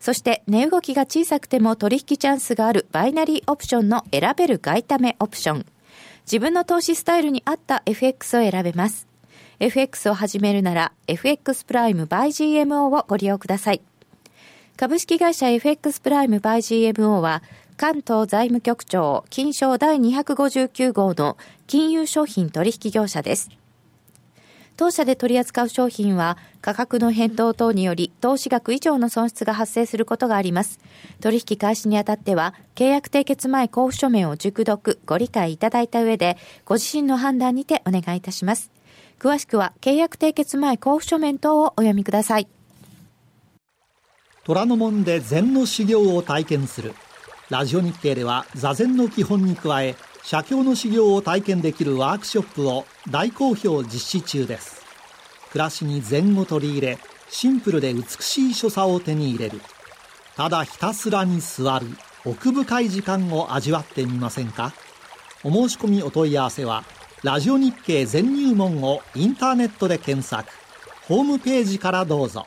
そして値動きが小さくても取引チャンスがあるバイナリーオプションの選べる外為オプション。自分の投資スタイルに合った FX を選べます。FX を始めるなら FX プライム by GMO をご利用ください。株式会社 FX プライム by GMO は、関東財務局長、金賞第259号の金融商品取引業者です。当社で取り扱う商品は、価格の変動等により、投資額以上の損失が発生することがあります。取引開始にあたっては、契約締結前交付書面を熟読、ご理解いただいた上で、ご自身の判断にてお願いいたします。詳しくは、契約締結前交付書面等をお読みください。虎ノ門で禅の修行を体験するラジオ日経では座禅の基本に加え写経の修行を体験できるワークショップを大好評実施中です暮らしに禅を取り入れシンプルで美しい所作を手に入れるただひたすらに座る奥深い時間を味わってみませんかお申し込みお問い合わせはラジオ日経全入門をインターネットで検索ホームページからどうぞ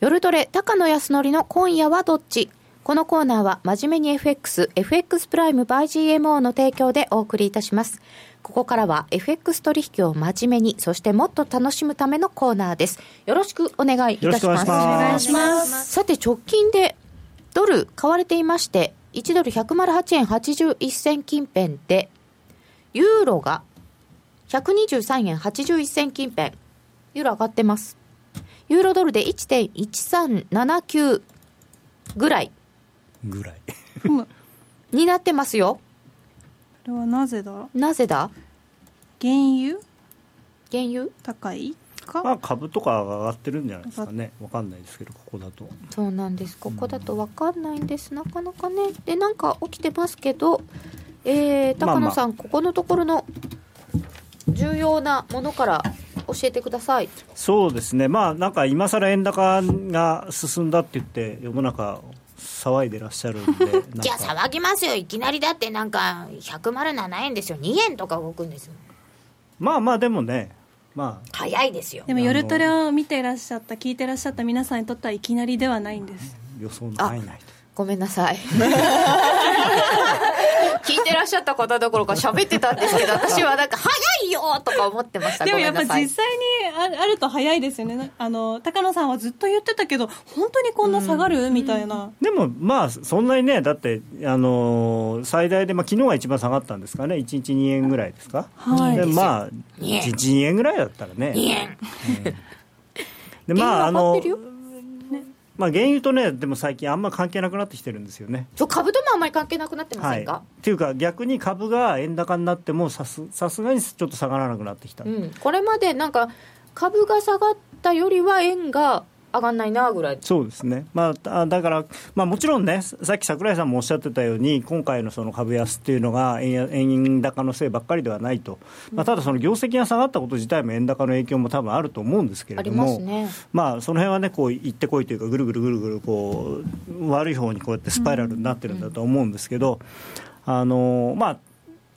夜トレ高野康則の今夜はどっちこのコーナーは真面目に FX、FX プライム by GMO の提供でお送りいたします。ここからは FX 取引を真面目に、そしてもっと楽しむためのコーナーです。よろしくお願いいたします。よろしくお願いします。さて直近でドル買われていまして、1ドル108円81銭近辺で、ユーロが123円81銭近辺。ユーロ上がってます。ユーロドルで1.1379ぐらい (laughs) ぐ (laughs) らいになってますよ。れはなぜだ原なぜだ油原油高いか、まあ株とかが上がってるんじゃないですかねわかんないですけどここだとそうなんです。ここだとわかんないんです。なかなかね。で、なんか起きてますけど、えー、まあ高ま野あさん、ここのところの重要なものから教えてください。そうですねまあなんか今更円高が進んだって言って世の中騒いでらっしゃるん (laughs) でなんかじゃあ騒ぎますよいきなりだってなんか107円ですよ2円とか動くんですもんまあまあでもねまあ早いですよでも夜トレを見ていらっしゃった聞いていらっしゃった皆さんにとってはいきなりではないんです予想の範囲内ごめんな (laughs) さい。聞いてらっしゃった方どころか喋ってたんですけど、私はなんか早いよとか思ってました。でもやっごぱめんなさい実際にあるあると早いですよねなあの高野さんはずっと言ってたけど本当にこんな下がる、みたいな、でもまあそんなにねだってあのー最大でまあ昨日が一番下がったんですかね1日2円ぐらいですかはいでまあ2円1日2円ぐらいだったらね2円でまああ原油上がっのてるよまあ原油とねでも最近あんま関係なくなってきてるんですよねそう株ともあんまり関係なくなってませんか、っていうか逆に株が円高になってもさすさすがにちょっと下がらなくなってきた、うん、これまでなんか株が下がったよりは円が上がんないなぐらいそうですね、まあ、あだから、まあ、もちろんね、ささっき桜井さんもおっしゃってたように、今回のその株安っていうのが円や円高のせいばっかりではないと、まあ、ただ、その業績が下がったこと自体も円高の影響も多分あると思うんですけありれどまも、すねまあ、その辺はね、こう行ってこいというか、ぐるぐるぐるぐるこう、悪い方にこうやってスパイラルになってるんだと思うんですけど、あのまあ、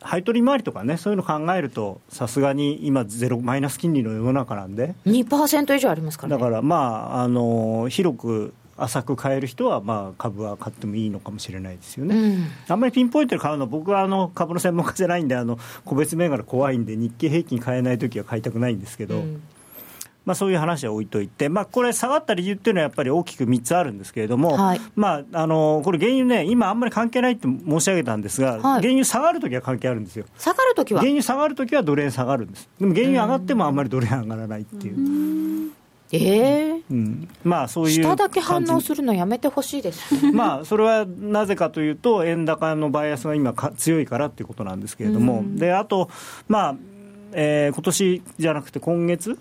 配当利回りとかね、そういうの考えると、さすがに今、ゼロマイナス金利の世の中なんで、 2%以上ありますから、だね、から、まああの広く浅く買える人は、まあ、株は買ってもいいのかもしれないですよね。うんあんまりピンポイントで買うのは僕はあの株の専門家じゃないんであの個別銘柄怖いんで日経平均買えない時は買いたくないんですけど、うんままあ、そういう話は置いといて、まあ、これ、下がった理由っていうのはやっぱり大きく3つあるんですけれども、はいまあ、あのこれ、原油ね、今、あんまり関係ないって申し上げたんですが、原油下がるときは関係あるんですよ。下がるときは原油下がるときはドル円下がるんです、でも原油上がってもあんまりドル円上がらないっていう、ええうんまあそういう下だけ感反じ応するのやめてほしいですねまあそれはなぜかというと、円高のバイアスが今か、強いからっていうことなんですけれども、であと、まあえー今年じゃなくて、今月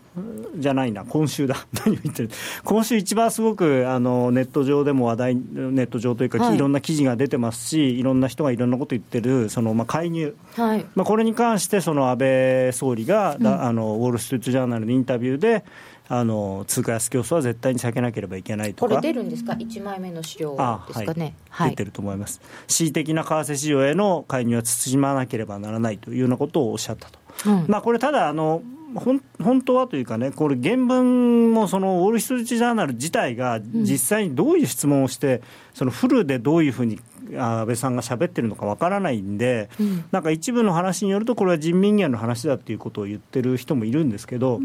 じゃないな、今週だ、 (laughs) 何を言ってる、今週、一番すごくあのネット上でも話題、ネット上というか、はいい、ろんな記事が出てますし、いろんな人がいろんなこと言ってる、そのまあ、介入。はいまあ、これに関して、その安倍総理が、だあのウォール・ストリート・ジャーナルのインタビューで、あの通貨安競争は絶対に避けなければいけないとこか、れ出るんですか1枚目の資料あですかねは、はいい、出てると思います、恣意的な為替市場への介入は慎まなければならないというようなことをおっしゃったと、うんまあ、これ、ただあの、ほん本当はというかね、これ、原文もそのウォール・ストリート・ジャーナル自体が実際にどういう質問をして、そのフルでどういうふうにあ安倍さんが喋ってるのかわからないんで、なんか一部の話によると、これは人民元の話だっていうことを言ってる人もいるんですけど。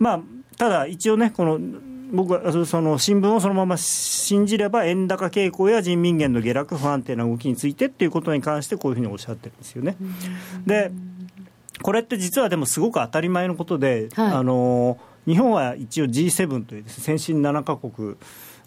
まあ、ただ一応ね、この僕はそその新聞をそのまま信じれば、円高傾向や人民元の下落、不安定な動きについてっていうことに関して、こういうふうにおっしゃってるんですよね。で、これって実はでもすごく当たり前のことで、はいあの日本は一応 G7 というですね先進7カ国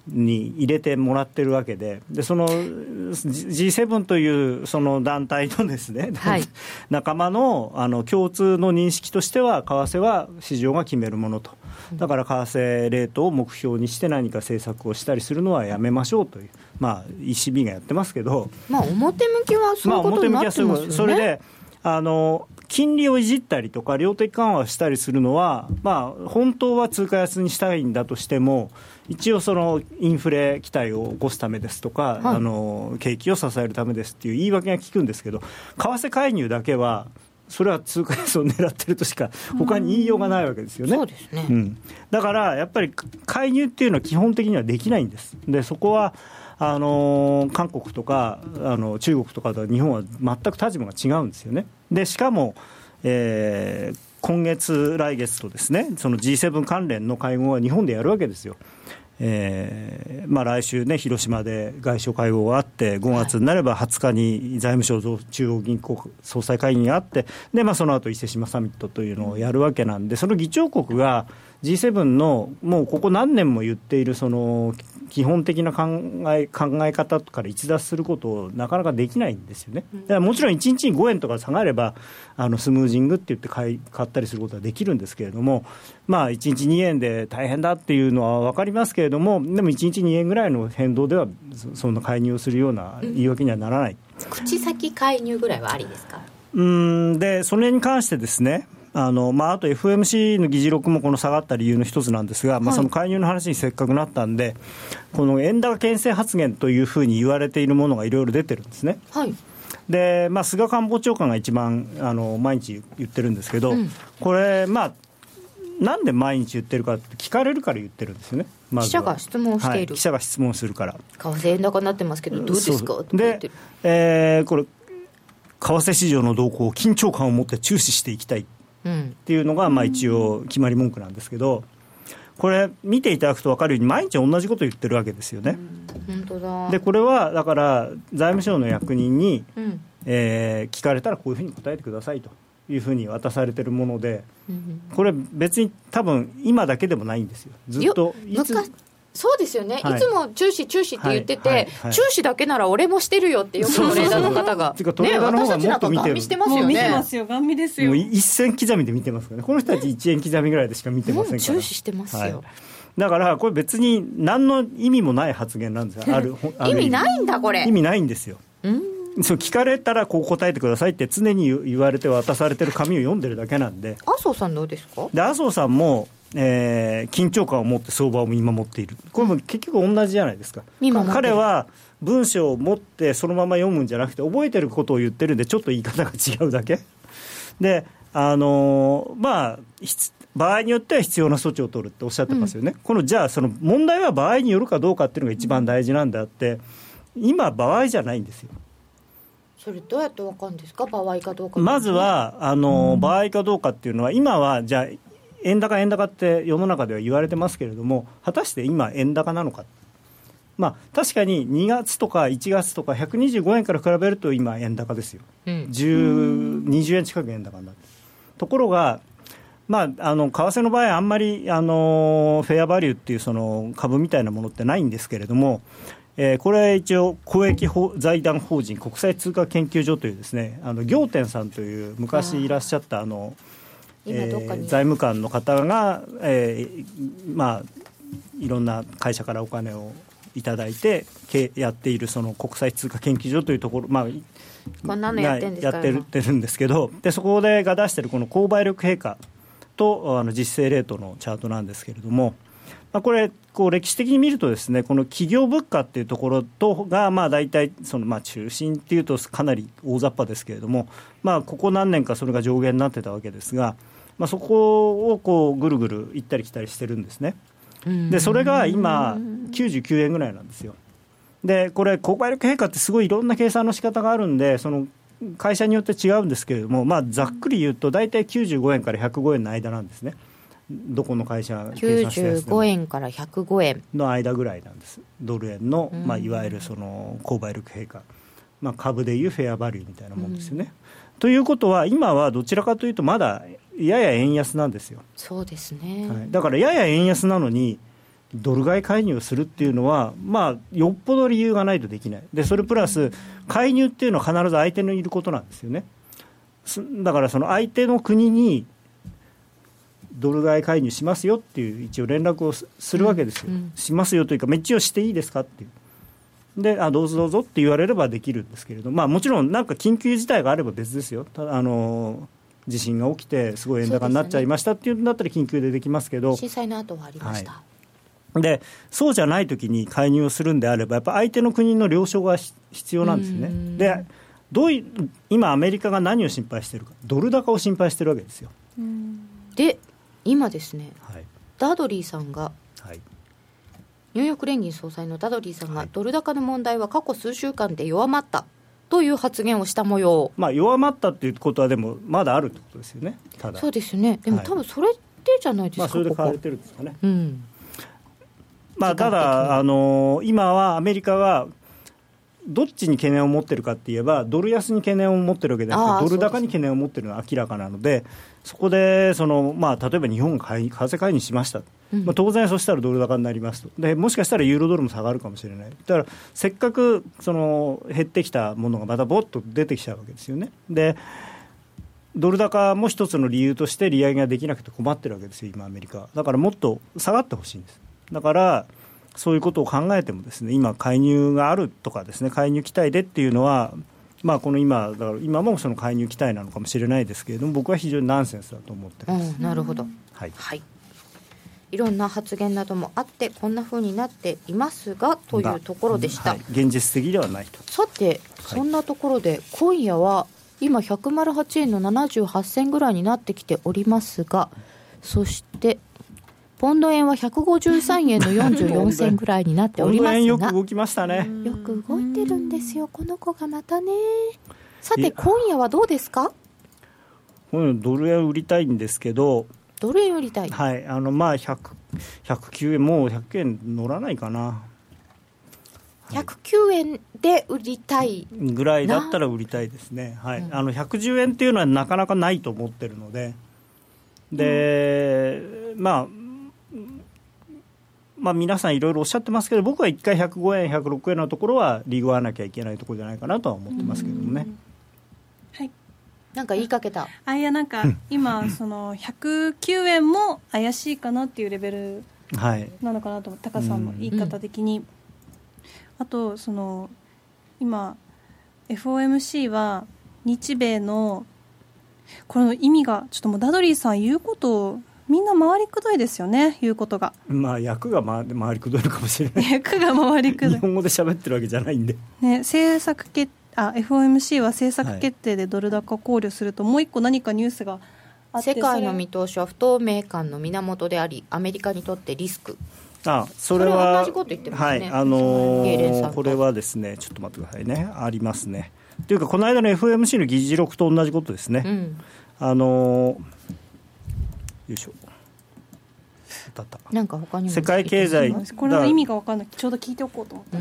に入れてもらってるわけで、でその G- G7 というその団体のですね、はい仲間のあの共通の認識としては、為替は市場が決めるものと、だから為替レートを目標にして何か政策をしたりするのはやめましょうという、まあ、ECB がやってますけど。まあ表向きはそういうことになってますよねそれであの金利をいじったりとか量的緩和をしたりするのは、まあ、本当は通貨安にしたいんだとしても一応そのインフレ期待を起こすためですとか、はいあの景気を支えるためですっていう言い訳が効くんですけど為替介入だけはそれは通貨安を狙ってるとしか他に言いようがないわけですよね。そうですね、うん、だからやっぱり介入っていうのは基本的にはできないんです、でそこはあのー韓国とかあの中国とかとは日本は全く立場が違うんですよね。でしかも、えー今月、来月とですねその G7 関連の会合は日本でやるわけですよ。えーまあ、来週ね、広島で外相会合があって、5月になれば20日に財務省増中央銀行総裁会議があって、でまあ、その後伊勢志摩サミットというのをやるわけなんで、その議長国が G7 のもうここ何年も言っているその基本的な考え考え方から逸脱することをなかなかできないんですよね、だからもちろん1日に5円とか下がれば、あのスムージングって言って買い買ったりすることはできるんですけれども、まあ、1日2円で大変だっていうのは分かりますけれども、でも1日2円ぐらいの変動では、そそんな介入をするような言い訳にはならない。口先介入ぐらいはありですかうーんで、それに関してですね、あのまあ、あと FMC の議事録もこの下がった理由の一つなんですが、まあ、その介入の話にせっかくなったんで、この円高牽制発言というふうに言われているものがいろいろ出てるんですね。はいで、まあ、菅官房長官が一番あの毎日言ってるんですけど、これ、まあ、なんで毎日言ってるかって聞かれるから言ってるんですよね、まずは記者が質問しているは記者が質問するから。為替円高になってますけどどうですかそとうか言っでてる、えーこれ、為替市場の動向を緊張感を持って注視していきたいっうんていうのが、まあ、一応、決まり文句なんですけど、これ、見ていただくと分かるように、毎日同じこと言ってるわけですよね。本当だで、これはだから、財務省の役人に、うんえー聞かれたらこういうふうに答えてくださいというふうに渡されてるもので、うんこれ、別に多分今だけでもないんですよ、ずっとよ。昔そうですよね、はいい、つも注視注視って言ってて、はいはいはい注視だけなら俺もしてるよってよくトレーダーの方がそうそうそうてかトレーダーの方がね私たちなんかもっと見てるガン見してますもうよ見てねますよガン見ですよもう一銭刻みで見てますからね、この人たち一円刻みぐらいでしか見てもませうんから、注視してますよ、はいだからこれ、別に何の意味もない発言なんですよ、あるある意味いないんだこれ意味ないんですよ。そう聞かれたらこう答えてくださいって常に言言われて渡されてる紙を読んでるだけなんで麻生さんどうですかで麻生さんも、えー緊張感を持って相場を見守っているこれも結局同じじゃないですか見守ってる彼は文章を持ってそのまま読むんじゃなくて覚えてることを言ってるんでちょっと言い方が違うだけであのーまあひつ場合によっては必要な措置を取るっておっしゃってますよね、このじゃあその問題は場合によるかどうかっていうのが一番大事なんであって今場合じゃないんですよそれどうやってわかるんですか場合かどうかまずはあの、場合かどうかっていうのは、今はじゃあ、円高、円高って世の中では言われてますけれども、果たして今、円高なのか、まあ、確かに2月とか1月とか、125円から比べると今、円高ですよ、うん10 20円近く円高になってるところが、まあ、あの為替の場合、あんまりあのフェアバリューっていうその株みたいなものってないんですけれども、えーこれは一応、公益法財団法人国際通貨研究所というですね、あの行天さんという昔いらっしゃったあの、今どっかにえー財務官の方が、えーまあ、いろんな会社からお金をいただいてけやっているその国際通貨研究所というところ、まあ、こんなのやってんですからやってるってるんですけどでそこでが出してるこの購買力平価とあの実勢レートのチャートなんですけれども、まあ、これこう歴史的に見るとですねこの企業物価っていうところとがまあ大体そのまあ中心っていうとかなり大雑把ですけれども、まあ、ここ何年かそれが上限になってたわけですが、まあ、そこをこうぐるぐる行ったり来たりしてるんですね。でそれが今99円ぐらいなんですよ。でこれ購買力平価ってすごいいろんな計算の仕方があるんでその会社によって違うんですけれども、まあ、ざっくり言うと大体95円から105円の間なんですねどこの会社が計算したやつでも95円から105円の間ぐらいなんですドル円の、まあ、いわゆるその購買力平価、まあ、株でいうフェアバリューみたいなもんですよね。ということは今はどちらかというとまだやや円安なんですよ。そうですね、はい、だからやや円安なのにドル買い介入をするっていうのは、まあ、よっぽど理由がないとできないでそれプラス介入っていうのは必ず相手のいることなんですよねすだからその相手の国にドル買い介入しますよっていう一応連絡をすするわけですよ、しますよというかまあ一応していいですかっていうであどうぞどうぞって言われればできるんですけれど、まあ、もちろんなんか緊急事態があれば別ですよただあの地震が起きてすごい円高になっちゃいましたっていうんだったら緊急でできますけど震災の後はありました、でそうじゃない時に介入をするんであればやっぱ相手の国の了承がひ必要なんですよね。でどうい今アメリカが何を心配してるかドル高を心配してるわけですよ。で今ですねはいダドリーさんがはいニューヨーク連銀総裁のダドリーさんが、ドル高の問題は過去数週間で弱まったという発言をした模様まあ、弱まったっていうことはでもまだあるってことですよねただそうですよねでも、はい多分それでじゃないですか、まあ、それでここ買われてるんですかね。うんまあ、ただ、あのー今はアメリカはどっちに懸念を持ってるかって言えばドル安に懸念を持ってるわけであはなあくてドル高に懸念を持ってるのは明らかなのでそこでその、まあ、例えば日本が買い為替介入しました、うんまあ、当然そしたらドル高になりますとでもしかしたらユーロドルも下がるかもしれないだからせっかくその減ってきたものがまたぼっと出てきちゃうわけですよね。でドル高も一つの理由として利上げができなくて困ってるわけですよ、今、アメリカ。だからもっと下がってほしいんです。だから、そういうことを考えてもですね、今、介入があるとかですね、介入期待でっていうのは、まあ、この今、だから今もその介入期待なのかもしれないですけれども、僕は非常にナンセンスだと思ってうます。ん、なるほどはい。はいいろんな発言などもあってこんな風になっていますがというところでした、はい現実的ではないと。さてそんなところで今夜は今108円の78銭ぐらいになってきておりますがそしてポンド円は153円の44銭ぐらいになっておポンりドます円よくが動きましたね。よく動いてるんですよこの子がまたねさて今夜はどうですかうんドル円売りたいんですけど、ドル円売りたいはい、あのまあ100 109円、もう100円乗らないかな。 109円で売りたいぐらいだったら売りたいですね、はいあの110円っていうのはなかなかないと思ってるので、で、まあ、まあ、皆さんいろいろおっしゃってますけど、僕は1回105円、106円のところは、リグわなきゃいけないところじゃないかなとは思ってますけどもね。なんか言いかけたあいやなんか今その109円も怪しいかなっていうレベルはいなのかなと思って高さんの言い方的に、あとその今 FOMC は日米のこれの意味がちょっともうダドリーさん言うことをみんな回りくどいですよね言うことがまあ、役が回回りくどいのかもしれな (laughs) い。役が回りくど日い、本語で喋ってるわけじゃないんで。ね、政策決あ FOMC は政策決定でドル高を考慮すると、もう一個何かニュースがあって世界のそれ見通しは不透明感の源でありアメリカにとってリスクあそれはそれ同じこと言ってますねはいあのーゲーレンさんとこれはですねちょっと待ってくださいねありますねというかこの間の FMC の議事録と同じことですね、うんあのーよいしょだったなんか他にも世界経済これの意味が分かんないちょうど聞いておこうと思って、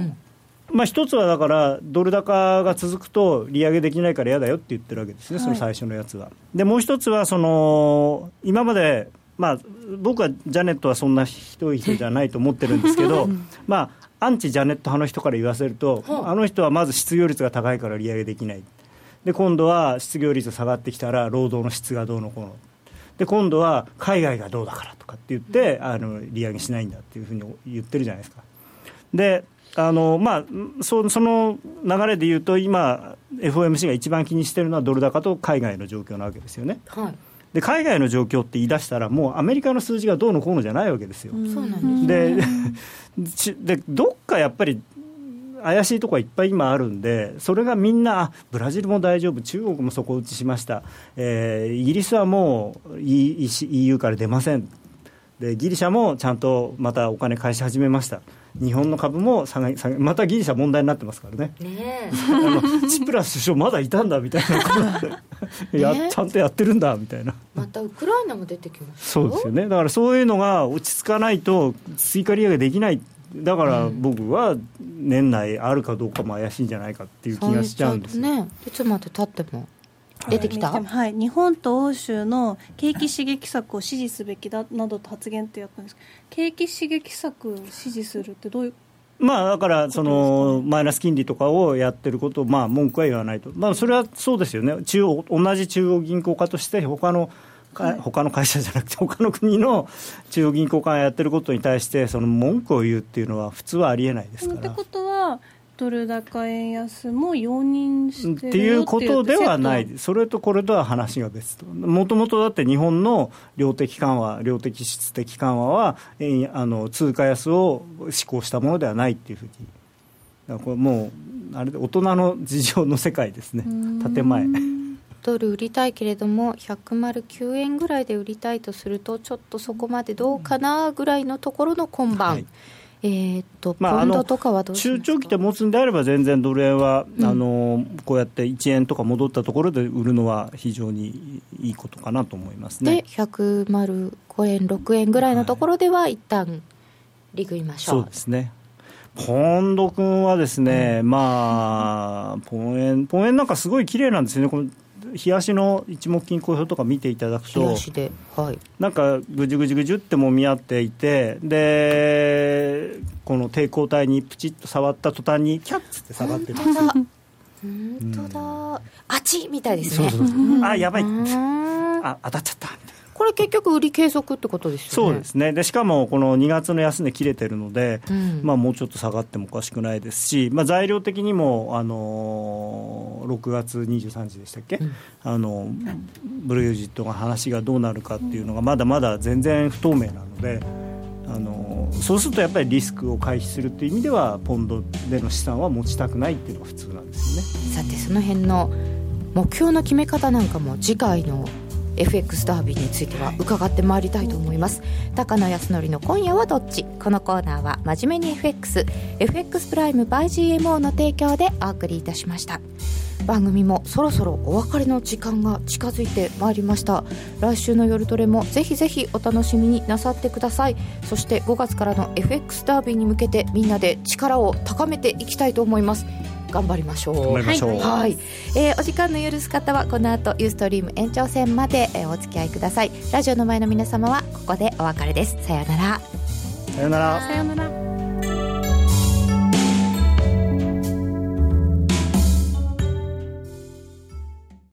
まあ、一つはだから、ドル高が続くと、利上げできないから嫌だよって言ってるわけですね、はいその最初のやつは。で、もう一つはその、今まで、まあ、僕はジャネットはそんなひどい人じゃないと思ってるんですけど、まあ、アンチジャネット派の人から言わせると、あの人はまず失業率が高いから利上げできない、で今度は失業率が下がってきたら、労働の質がどうのこうの。で今度は海外がどうだからとかって言って、あの利上げしないんだっていうふうに言ってるじゃないですか。であのまあ、そその流れでいうと、今、FOMC が一番気にしてるのはドル高と海外の状況なわけですよね。はいで海外の状況って言い出したら、もうアメリカの数字がどうのこうのじゃないわけですよ。そうなんですでちでどっかやっぱり怪しいとこはいっぱい今あるんで、それがみんな、あブラジルも大丈夫、中国も底打ちしました、えーイギリスはもう E- E- EU から出ませんで、ギリシャもちゃんとまたお金返し始めました、日本の株も下げ下げまたギリシャ問題になってますからね、 (laughs) ねあのチプラス首相、まだいたんだみたいなねや、ちゃんとやってるんだみたいな。またウクライナも出てきましたそようですよね、だからそういうのが落ち着かないと、追加利上げできない、だから僕は年内あるかどうかも怪しいんじゃないかっていう気がしちゃうんですよ。ねいつまで経っても出てきた、はいはい、日本と欧州の景気刺激策を支持すべきだなどと発言ってやったんですけど景気刺激策を支持するってどういうまあ、だからそのマイナス金利とかをやってることを、まあ、文句は言わないと、まあ、それはそうですよね、中央同じ中央銀行家として他のか他の会社じゃなくて、他の国の中央銀行家がやってることに対して、その文句を言うっていうのは、普通はありえないですっかてらこ。とはドル高円安も容認してるよっていうことではなセッい、それとこれとは話が別と、もともとだって日本の量的緩和、量的質的緩和は、えーあの通貨安を施行したものではないっていうふうに、だからこれもう、あれで大人の事情の世界ですね、建前。ドル売りたいけれども109円ぐらいで売りたいとするとちょっとそこまでどうかなぐらいのところの今晩、はいえーっと、まあポンあドのとかはどうしま中すか長期で持つんであれば、全然ドル円は、うんあのこうやって1円とか戻ったところで売るのは非常にいいことかなと思いますね。で105円6円ぐらいのところでは一旦利食いましょう、そうですね。ポンド君はですね、まあ、ポン円、ポン円なんかすごい綺麗なんですよね、この日足の一目金公表とか見ていただく冷とや、しではいなんかぐじゅぐじゅぐじゅってもみ合っていて、で、この抵抗体にプチッと触った途端に、キャッツって下がってる。本当だ、あちみたいですそうねそうそうあ、やばい、うーんあ、当たっちゃったみたいな。これ結局売り継続ってことですよそねうですねでしかもこの2月の安値切れてるので、うんまあ、もうちょっと下がってもおかしくないですし、まあ、材料的にも、あのー6月23日でしたっけ、あのブレグジットが話がどうなるかっていうのがまだまだ全然不透明なので。あのーそうするとやっぱりリスクを回避するっていう意味ではポンドでの資産は持ちたくないっていうのが普通なんですよね。さてその辺の目標の決め方なんかも次回の FX ダービーについては伺ってまいりたいと思います、高野康則の「今夜はどっち?」このコーナーは「真面目に FXFX プライム by GMO」の提供でお送りいたしました番組もそろそろお別れの時間が近づいてまいりました来週の「夜トレ」もぜひぜひお楽しみになさってくださいそして5月からの FX ダービーに向けてみんなで力を高めていきたいと思います頑張りましょう頑張りましょう、はい、えーお時間の許す方はこの後ユーストリーム延長戦まで、えーお付き合いくださいラジオの前の皆様はここでお別れですさようならさよならトさよなら